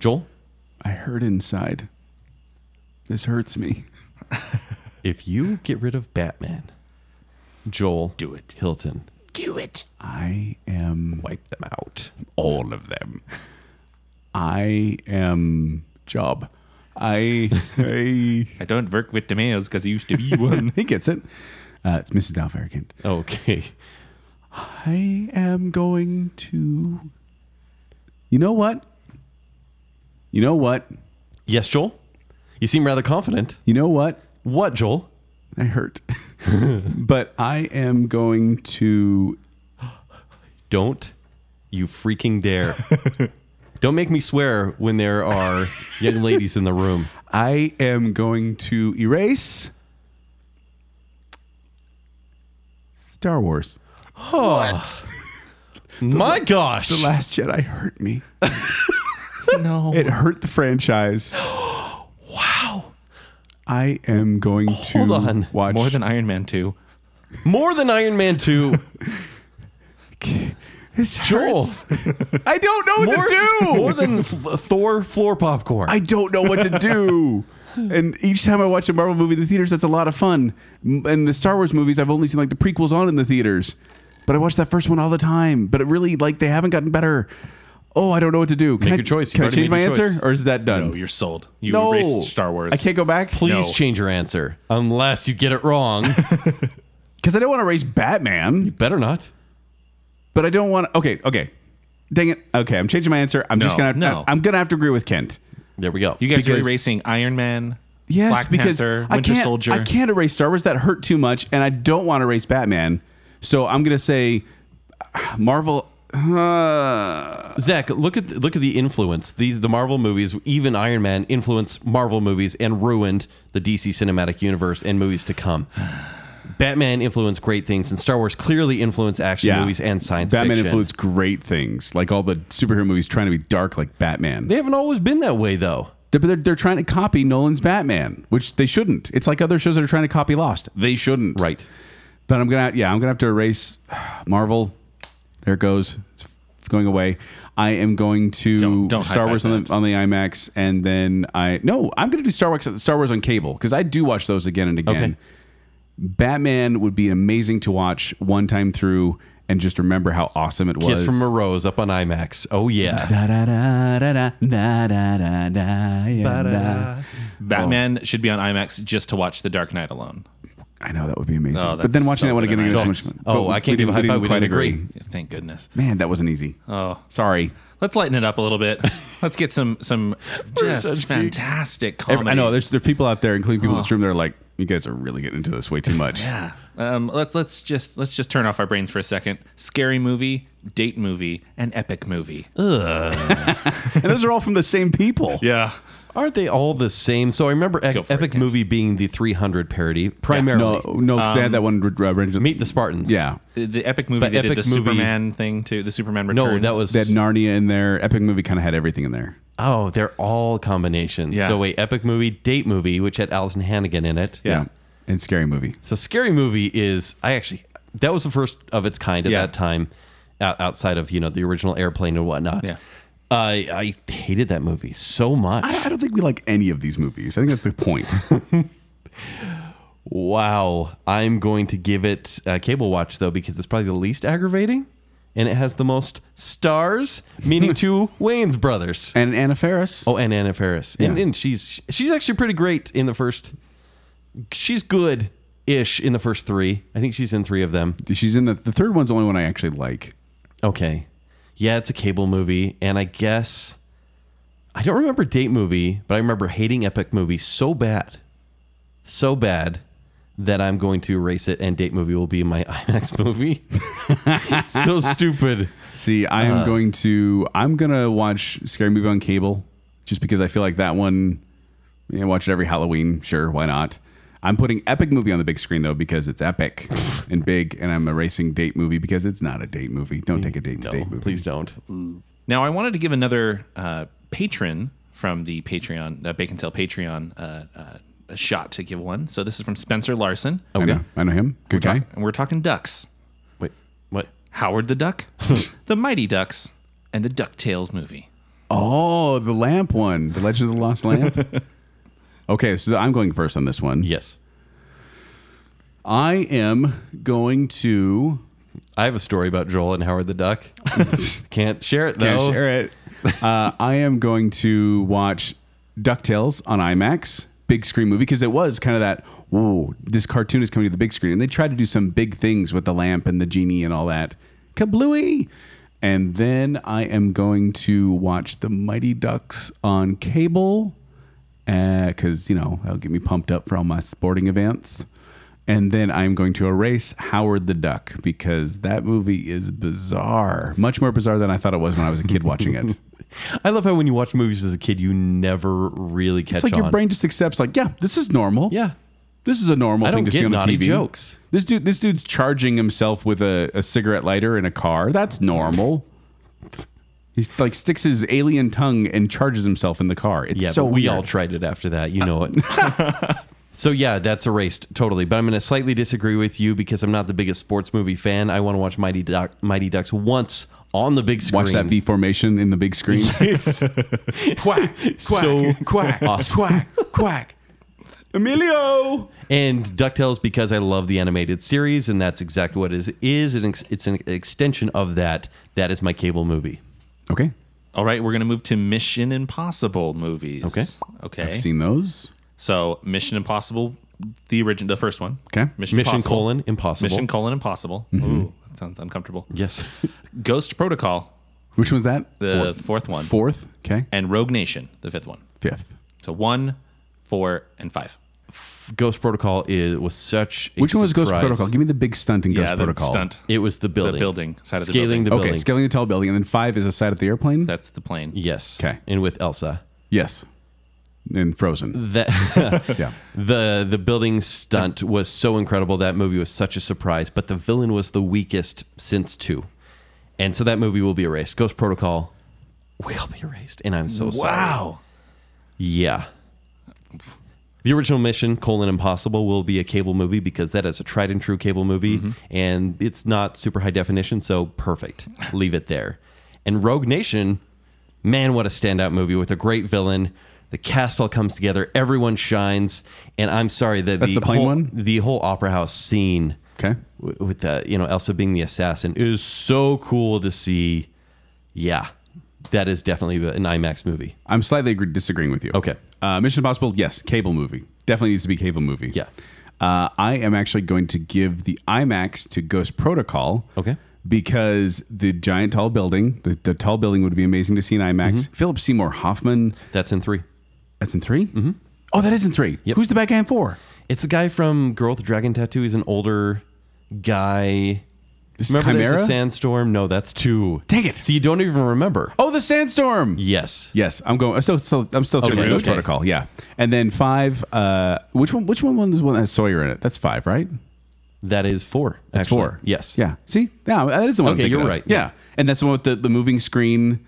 C: Joel,
B: I heard inside. This hurts me.
C: if you get rid of Batman, Joel,
D: Do it.
C: Hilton,
D: do it.
B: I am
C: wipe them out.
B: all of them. I am job. I, I
D: I don't work with tomatoes because I used to be one.
B: he gets it. Uh, it's Mrs. Dalfarigant.
C: Okay.
B: I am going to. You know what? You know what?
C: Yes, Joel. You seem rather confident.
B: You know what?
C: What, Joel?
B: I hurt. but I am going to.
C: Don't you freaking dare. Don't make me swear when there are young ladies in the room.
B: I am going to erase Star Wars.
C: My gosh.
B: The Last Jedi hurt me.
D: no.
B: It hurt the franchise. wow. I am going to
C: Hold on.
B: watch
D: More than Iron Man 2.
C: More than Iron Man 2.
B: this
C: Joel.
B: hurts. I don't know what
C: More,
B: to do.
C: more than F- Thor floor popcorn.
B: I don't know what to do. and each time I watch a Marvel movie in the theaters, that's a lot of fun. M- And the Star Wars movies, I've only seen like the prequels on in the theaters. But I watch that first one all the time. But it really, like, they haven't gotten better. Oh, I don't know what to do. Can
C: Make
B: I,
C: your choice. You've
B: Can I
C: already
B: change
C: made
B: my
C: your
B: answer,
C: choice.
B: or is that done?
D: No, Oh, you're sold. You
B: No.
D: erased Star Wars.
B: I can't go back.
C: Please
D: No.
C: change your answer. Unless you get it wrong.
B: because I don't want to erase Batman.
C: Better not.
B: But I don't want. Okay, okay. Dang it. Okay, I'm changing my answer. I'm just
D: No,
B: gonna.
D: no.
B: I'm gonna have to agree with Kent.
C: There we go.
D: You guys
B: Because-
D: are erasing Iron Man.
B: Yes,
D: Black
B: because
D: Panther,
B: I
D: Winter
B: can't,
D: Soldier.
B: I can't erase Star Wars. That hurt too much, and I don't want to erase Batman. So I'm gonna say ah, Marvel. Uh,
C: Zach, look at look at the influence. These the Marvel movies, even Iron Man, influenced Marvel movies and ruined the DC cinematic universe and movies to come. Batman influenced great things, and Star Wars clearly influenced action movies and science
B: Batman
C: fiction.
B: influenced great things, like all the superhero movies trying to be dark like Batman.
C: They haven't always been that way, though.
B: They're, they're, they're trying to copy Nolan's Batman, which they shouldn't. It's like other shows that are trying to copy Lost. They shouldn't.
C: Right.
B: But I'm gonna yeah I'm gonna have to erase Marvel. There it goes. It's going away. I am going to
D: Don't- don't
B: Star Wars on
D: high-five
B: the, on the IMAX, and then I no, I'm going to do Star Wars Star Wars on cable because I do watch those again and again.
C: Okay.
B: Batman would be amazing to watch one time through and just remember how awesome it was.
C: Kiss from a Rose up on IMAX. Oh yeah.
B: Da da da da da da da da da yeah, da.
D: Batman
B: Oh.
D: should be on IMAX just to watch The Dark Knight alone.
B: I know that would be amazing.
D: Oh,
B: but
D: that's
B: then watching
D: so
B: that one
D: good
B: again
D: in
B: again is so much
D: IMAX.
B: fun.
C: Oh,
B: But
C: I can't give a high five. We
B: quite
C: didn't agree.
D: Thank goodness.
B: Man, that wasn't easy.
D: Oh.
B: sorry.
D: Let's lighten it up a little bit. Let's get some some just fantastic comedy.
B: Every- I know there's there are people out there, including people in this room, that are like, you guys are really getting into this way too much.
D: yeah. Um, let's let's just let's just turn off our brains for a second. Scary movie, date movie, and epic movie.
B: and those are all from the same people.
D: Yeah.
C: Aren't they all the same? So I remember e-
D: Go for it,
C: Epic
D: Ken.
C: Movie being the 300 parody primarily.
B: No, no, 'cause they had that one. Uh, Revenge of-
C: Meet the Spartans.
B: Yeah.
D: The, the epic movie.
C: But
D: they did
C: epic
D: the
C: movie-
D: Superman thing too. The Superman
C: No,
D: Returns.
C: that was
B: They had Narnia in there. Epic movie kind of had everything in there.
C: Oh, they're all combinations.
D: Yeah.
C: So wait, Epic Movie, Date Movie, which had Allison Hannigan in it.
D: Yeah.
B: And scary movie.
C: So Scary Movie is I actually that was the first of its kind at
D: Yeah.
C: that time, out, outside of you know the original Airplane and whatnot.
D: Yeah.
C: I I hated that movie so much.
B: I, I don't think we like any of these movies. I think that's the point.
C: Wow. I'm going to give it a cable watch though because it's probably the least aggravating, and it has the most stars, meaning two Wayne's brothers.
B: and Anna Faris.
C: Oh, and Anna Ferris. And,
B: Yeah.
C: and she's she's actually pretty great in the first. She's good ish in the first three. I think she's in three of them.
B: She's in the the third one's the only one I actually like.
C: Okay. Yeah, it's a cable movie, and I guess I don't remember date movie, but I remember hating epic movie so bad, so bad that I'm going to erase it, and date movie will be my IMAX movie. so stupid.
B: See, I am going to I'm gonna watch Scary Movie on cable just because I feel like that one you know, watch it every Halloween, sure, why not? I'm putting epic movie on the big screen though because it's epic and big and I'm erasing date movie because it's not a date movie. Don't take a date to
C: No,
B: date movie.
C: please don't.
D: Now, I wanted to give another uh, patron from the Patreon, uh, Bacon Sale Patreon, uh, uh, a shot to give one. So this is from Spencer Larson.
B: I know, I know him. Good guy.
D: And we're talking ducks.
C: Wait, what?
D: Howard the Duck, the Mighty Ducks, and the DuckTales movie.
B: Oh, the lamp one. The Legend of the Lost Lamp. okay, so I'm going first on this one.
C: Yes,
B: I am going to
C: I have a story about Joel and Howard the Duck. Can't share it though.
B: Can't share it. Uh, I am going to watch DuckTales on IMAX, big screen movie, because it was kind of that, whoa, this cartoon is coming to the big screen. And they tried to do some big things with the lamp and the genie and all that. Kablooey! And then I am going to watch The Mighty Ducks on cable, because, Eh, you know, that'll get me pumped up for all my sporting events. And then I'm going to erase Howard the Duck because that movie is bizarre. Much more bizarre than I thought it was when I was a kid watching it.
C: I love how when you watch movies as a kid, you never really catch
B: It's like
C: on.
B: your brain just accepts, like, yeah, this is normal.
C: Yeah.
B: This is a normal
C: I
B: thing
C: don't
B: to
C: get
B: see on the
C: naughty
B: TV.
C: jokes.
B: This dude this dude's charging himself with a, a cigarette lighter in a car. That's normal. He like sticks his alien tongue and charges himself in the car. It's
C: Yeah,
B: so
C: but we
B: weird.
C: all tried it after that. You know it. so yeah, that's erased totally. But I'm going to slightly disagree with you because I'm not the biggest sports movie fan. I want to watch Mighty Duck, Mighty Ducks once on the big screen.
B: watch that V formation in the big screen.
C: quack, quack, so quack, quack, quack.
B: Emilio.
C: And Ducktales because I love the animated series, and that's exactly what it is. It is. It's an extension of that. That is my cable movie.
B: Okay.
D: All right, we're going to move to Mission Impossible movies.
C: Okay.
D: Okay.
B: I've seen those.
D: so Mission Impossible, the original, the first one.
B: Okay. Mm-hmm.
D: Mission,
C: Mission
D: Impossible.
C: colon impossible.
D: Mission colon impossible. Ooh, that sounds uncomfortable.
C: yes.
D: Ghost Protocol,
B: Which one's that?
D: the fourth, one,
B: Fourth. Okay.
D: and Rogue Nation, the fifth one.
B: Fifth.
D: So one, four, and five.
C: Ghost Protocol is was such. a
B: Which one was Ghost
C: surprise.
B: Protocol? Give me the big stunt in Ghost
D: yeah,
B: Protocol.
D: the stunt.
C: It was the building.
D: building, side of the
C: Scaling
D: building.
C: the
B: Okay,
C: building.
B: scaling the tall building, and then five is the side of the airplane.
D: That's the plane.
C: Yes.
B: Okay.
C: And with Elsa.
B: yes, and Frozen.
C: That
B: Yeah,
C: the the building stunt was so incredible. That movie was such a surprise, but the villain was the weakest since two. And so that movie will be erased. Ghost Protocol will be erased. And I'm so sorry.
D: Wow.
C: Yeah. The original mission, colon impossible, will be a cable movie because that is a tried and
B: Mm-hmm.
C: true cable movie and it's not super high definition, so perfect. Leave it there. And Rogue Nation, man, what a standout movie with a great villain. The cast all comes together, everyone shines, and I'm sorry that
B: That's the plane
C: whole,
B: one?
C: the whole opera house scene
B: Okay.
C: w- with the you know Elsa being the assassin is so cool to see. Yeah, that is definitely an IMAX movie.
B: I'm slightly agree- disagreeing with you.
C: Okay.
B: Uh, Mission Impossible, yes, cable movie. Definitely needs to be cable movie.
C: Yeah.
B: Uh, I am actually going to give the IMAX to Ghost Protocol.
C: Okay.
B: Because the giant tall building, the, the tall building would be amazing to see in IMAX.
C: Mm-hmm.
B: Philip Seymour Hoffman,
C: That's in three.
B: that's in 3 Mm-hmm. Oh, that is in three. Who's the bad guy in four?
C: It's the guy from Girl with the Dragon Tattoo. He's an older guy.
B: This is
C: Remember there's
B: Chimera?
C: a sandstorm? No, that's two.
B: Dang it.
C: So you don't even remember.
B: oh, the sandstorm.
C: Yes.
B: Yes, I'm going. So, so I'm still doing
C: Okay,
B: Ghost
C: okay.
B: Protocol. Yeah, and then five. Uh, which one? Which one? One is one that has Sawyer in it. That's five, right?
C: That is four.
B: That's
C: actually.
B: four.
C: Yes.
B: Yeah. See, yeah, that is the one. I'm
C: Okay,
B: thinking
C: you're
B: of.
C: right.
B: Yeah. and that's the one with the, the moving screen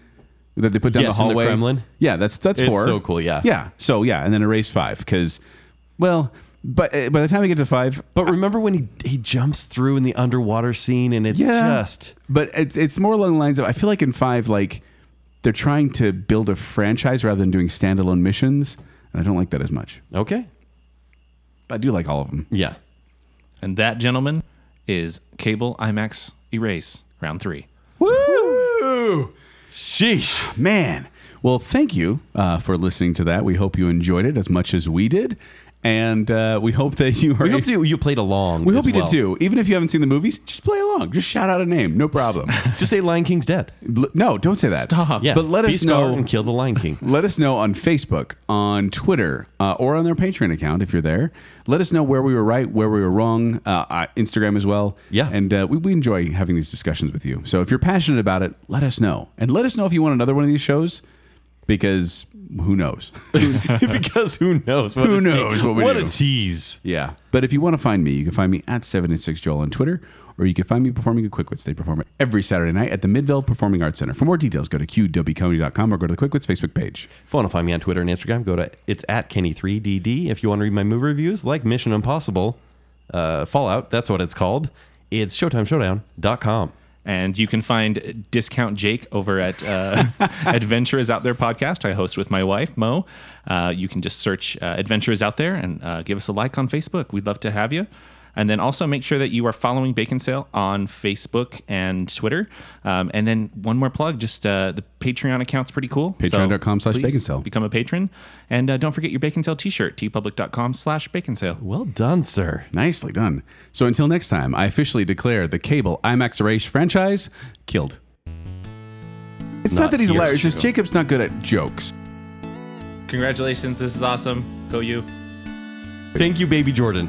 B: that they put down
C: Yes,
B: the
C: in the
B: hallway.
C: Kremlin.
B: Yeah, that's that's
C: It's
B: four.
C: so cool, yeah.
B: Yeah. So yeah, and then erase five because, well, but uh, by the time we get to five,
C: But remember when he he jumps through in the underwater scene and it's just
B: But it's it's more along the lines of I feel like in five, like they're trying to build a franchise rather than doing standalone missions, and I don't like that as much.
C: okay.
B: But I do like all of them.
C: Yeah.
D: And that, gentleman is Cable IMAX Erase Round 3.
B: Woo!
C: Sheesh.
B: Man. Well, thank you uh, for listening to that. We hope you enjoyed it as much as we did. And uh, we hope that you are.
C: We hope you, you played along.
B: We hope
C: as
B: you
C: well.
B: did too. Even if you haven't seen the movies, just play along. Just shout out a name. No problem.
C: Just say Lion King's dead.
B: L- no, don't say that.
D: Stop.
C: Yeah.
B: But let
C: Be
B: us
C: scarred
B: know-
C: and kill the Lion King.
B: Let us know on Facebook, on Twitter, uh, or on their Patreon account if you're there. Let us know where we were right, where we were wrong. Uh, uh, Instagram as well.
C: Yeah.
B: And uh, we, we enjoy having these discussions with you. So if you're passionate about it, let us know. And let us know if you want another one of these shows because who knows?
C: because who knows? What
B: Who
C: a te-
B: knows what we
C: what
B: do.
C: a tease.
B: yeah. But if you want to find me, you can find me at 786 Joel on Twitter, or you can find me performing at Quickwits. They perform every Saturday night at the Midvale Performing Arts Center. For more details, go to qwcomedy.com or go to the Quickwits Facebook page.
C: If you want to find me on Twitter and Instagram, go to it's at Kenny3DD. If you want to read my movie reviews, like Mission Impossible, uh, Fallout, that's what it's called. It's ShowtimeShowdown.com.
D: And you can find Discount Jake over at uh, Adventure is Out There podcast. I host with my wife, Mo. Uh, you can just search uh, Adventure is Out There and uh, give us a like on Facebook. We'd love to have you. And then also make sure that you are following Bacon Sale on Facebook and Twitter. Um, and then one more plug just uh, the Patreon account's pretty cool. So
B: Patreon.com slash
D: please
B: Bacon Sale.
D: Become a patron. And uh, don't forget your Bacon Sale t shirt, tpublic.com slash Bacon Sale.
C: Well done, sir.
B: Nicely done. So until next time, I officially declare the cable IMAX Erase franchise killed. It's not,
C: Not
B: that he's
C: yours
B: hilarious, it's just
C: truly.
B: Jacob's not good at jokes.
D: Congratulations. This is awesome. Go you.
C: Thank you, Baby Jordan.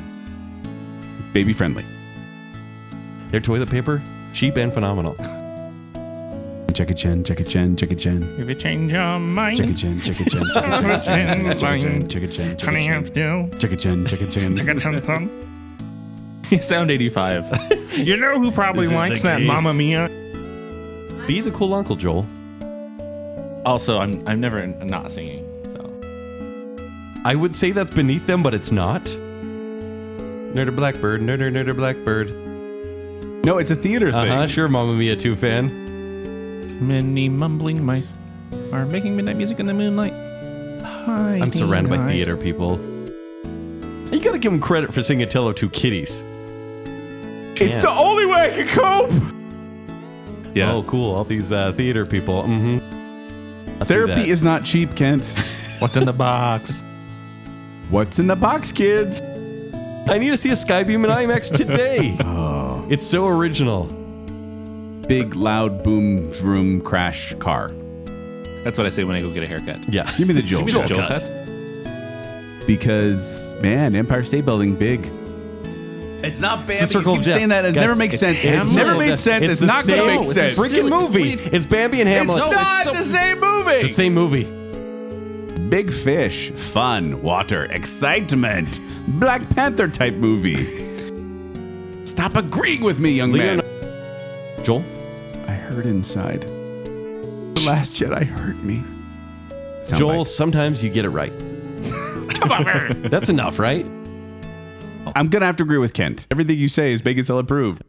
B: Baby friendly.
C: Their toilet paper, cheap and phenomenal.
B: Check a chin, check a chin, check a chin.
E: If you change your mind,
B: Check a chin, check a chin, check a chin, check a chin, check a chin, check a
E: honey, I'm
B: chin,
E: still.
B: check a chin, check a
E: I
B: chin.
E: got tons of something.
D: Sound 85.
E: You know who
F: This
E: probably
F: is the
E: likes that
F: case.
E: Mamma Mia?
C: Be the cool uncle, Joel.
D: Also, I'm I'm never not singing. So
C: I would say that's beneath them, but it's not. Nerder Blackbird, nerder, nerder Blackbird.
B: No, it's a theater
C: Uh huh,
B: thing.
C: Uh-huh, sure, Mamma Mia 2 fan.
D: many mumbling mice are making midnight music in the moonlight.
C: I'm surrounded by theater people. You gotta give them credit for singing Tello Two Kitties.
B: It's the only way I can cope.
D: Yeah.
C: Oh, cool. All these uh, theater people. Mm-hmm.
B: Therapy is not cheap, Kent.
D: What's in the box?
B: What's in the box, kids?
C: I need to see a Skybeam in IMAX today. Oh. It's so original.
B: Big, loud, boom, vroom, crash, car.
D: That's what I say when I go get a haircut.
C: Yeah.
B: Give me the jolt.
D: Joel
C: Joel
D: cut.
B: Because, man, Empire State Building, big.
F: It's not bad.
C: It's a circle
B: keep
C: of death.
B: saying that, it
C: Guys,
B: never makes
C: it's
B: sense. It's
C: Hamlet.
B: never made sense. It's
C: the
B: not gonna
C: same-
B: make sense.
C: It's a freaking movie. It's Bambi and Hamlet.
B: the same movie.
C: It's the same movie.
B: Big fish, fun, water, excitement, Black Panther type movie. Stop agreeing with me, young
C: Leon-
B: man.
C: Joel,
B: I hurt inside. The Last Jedi hurt me. Soundbite.
C: Joel, sometimes you get it right. That's enough, right?
B: I'm gonna have to agree with Kent. Everything you say is bacon cell approved.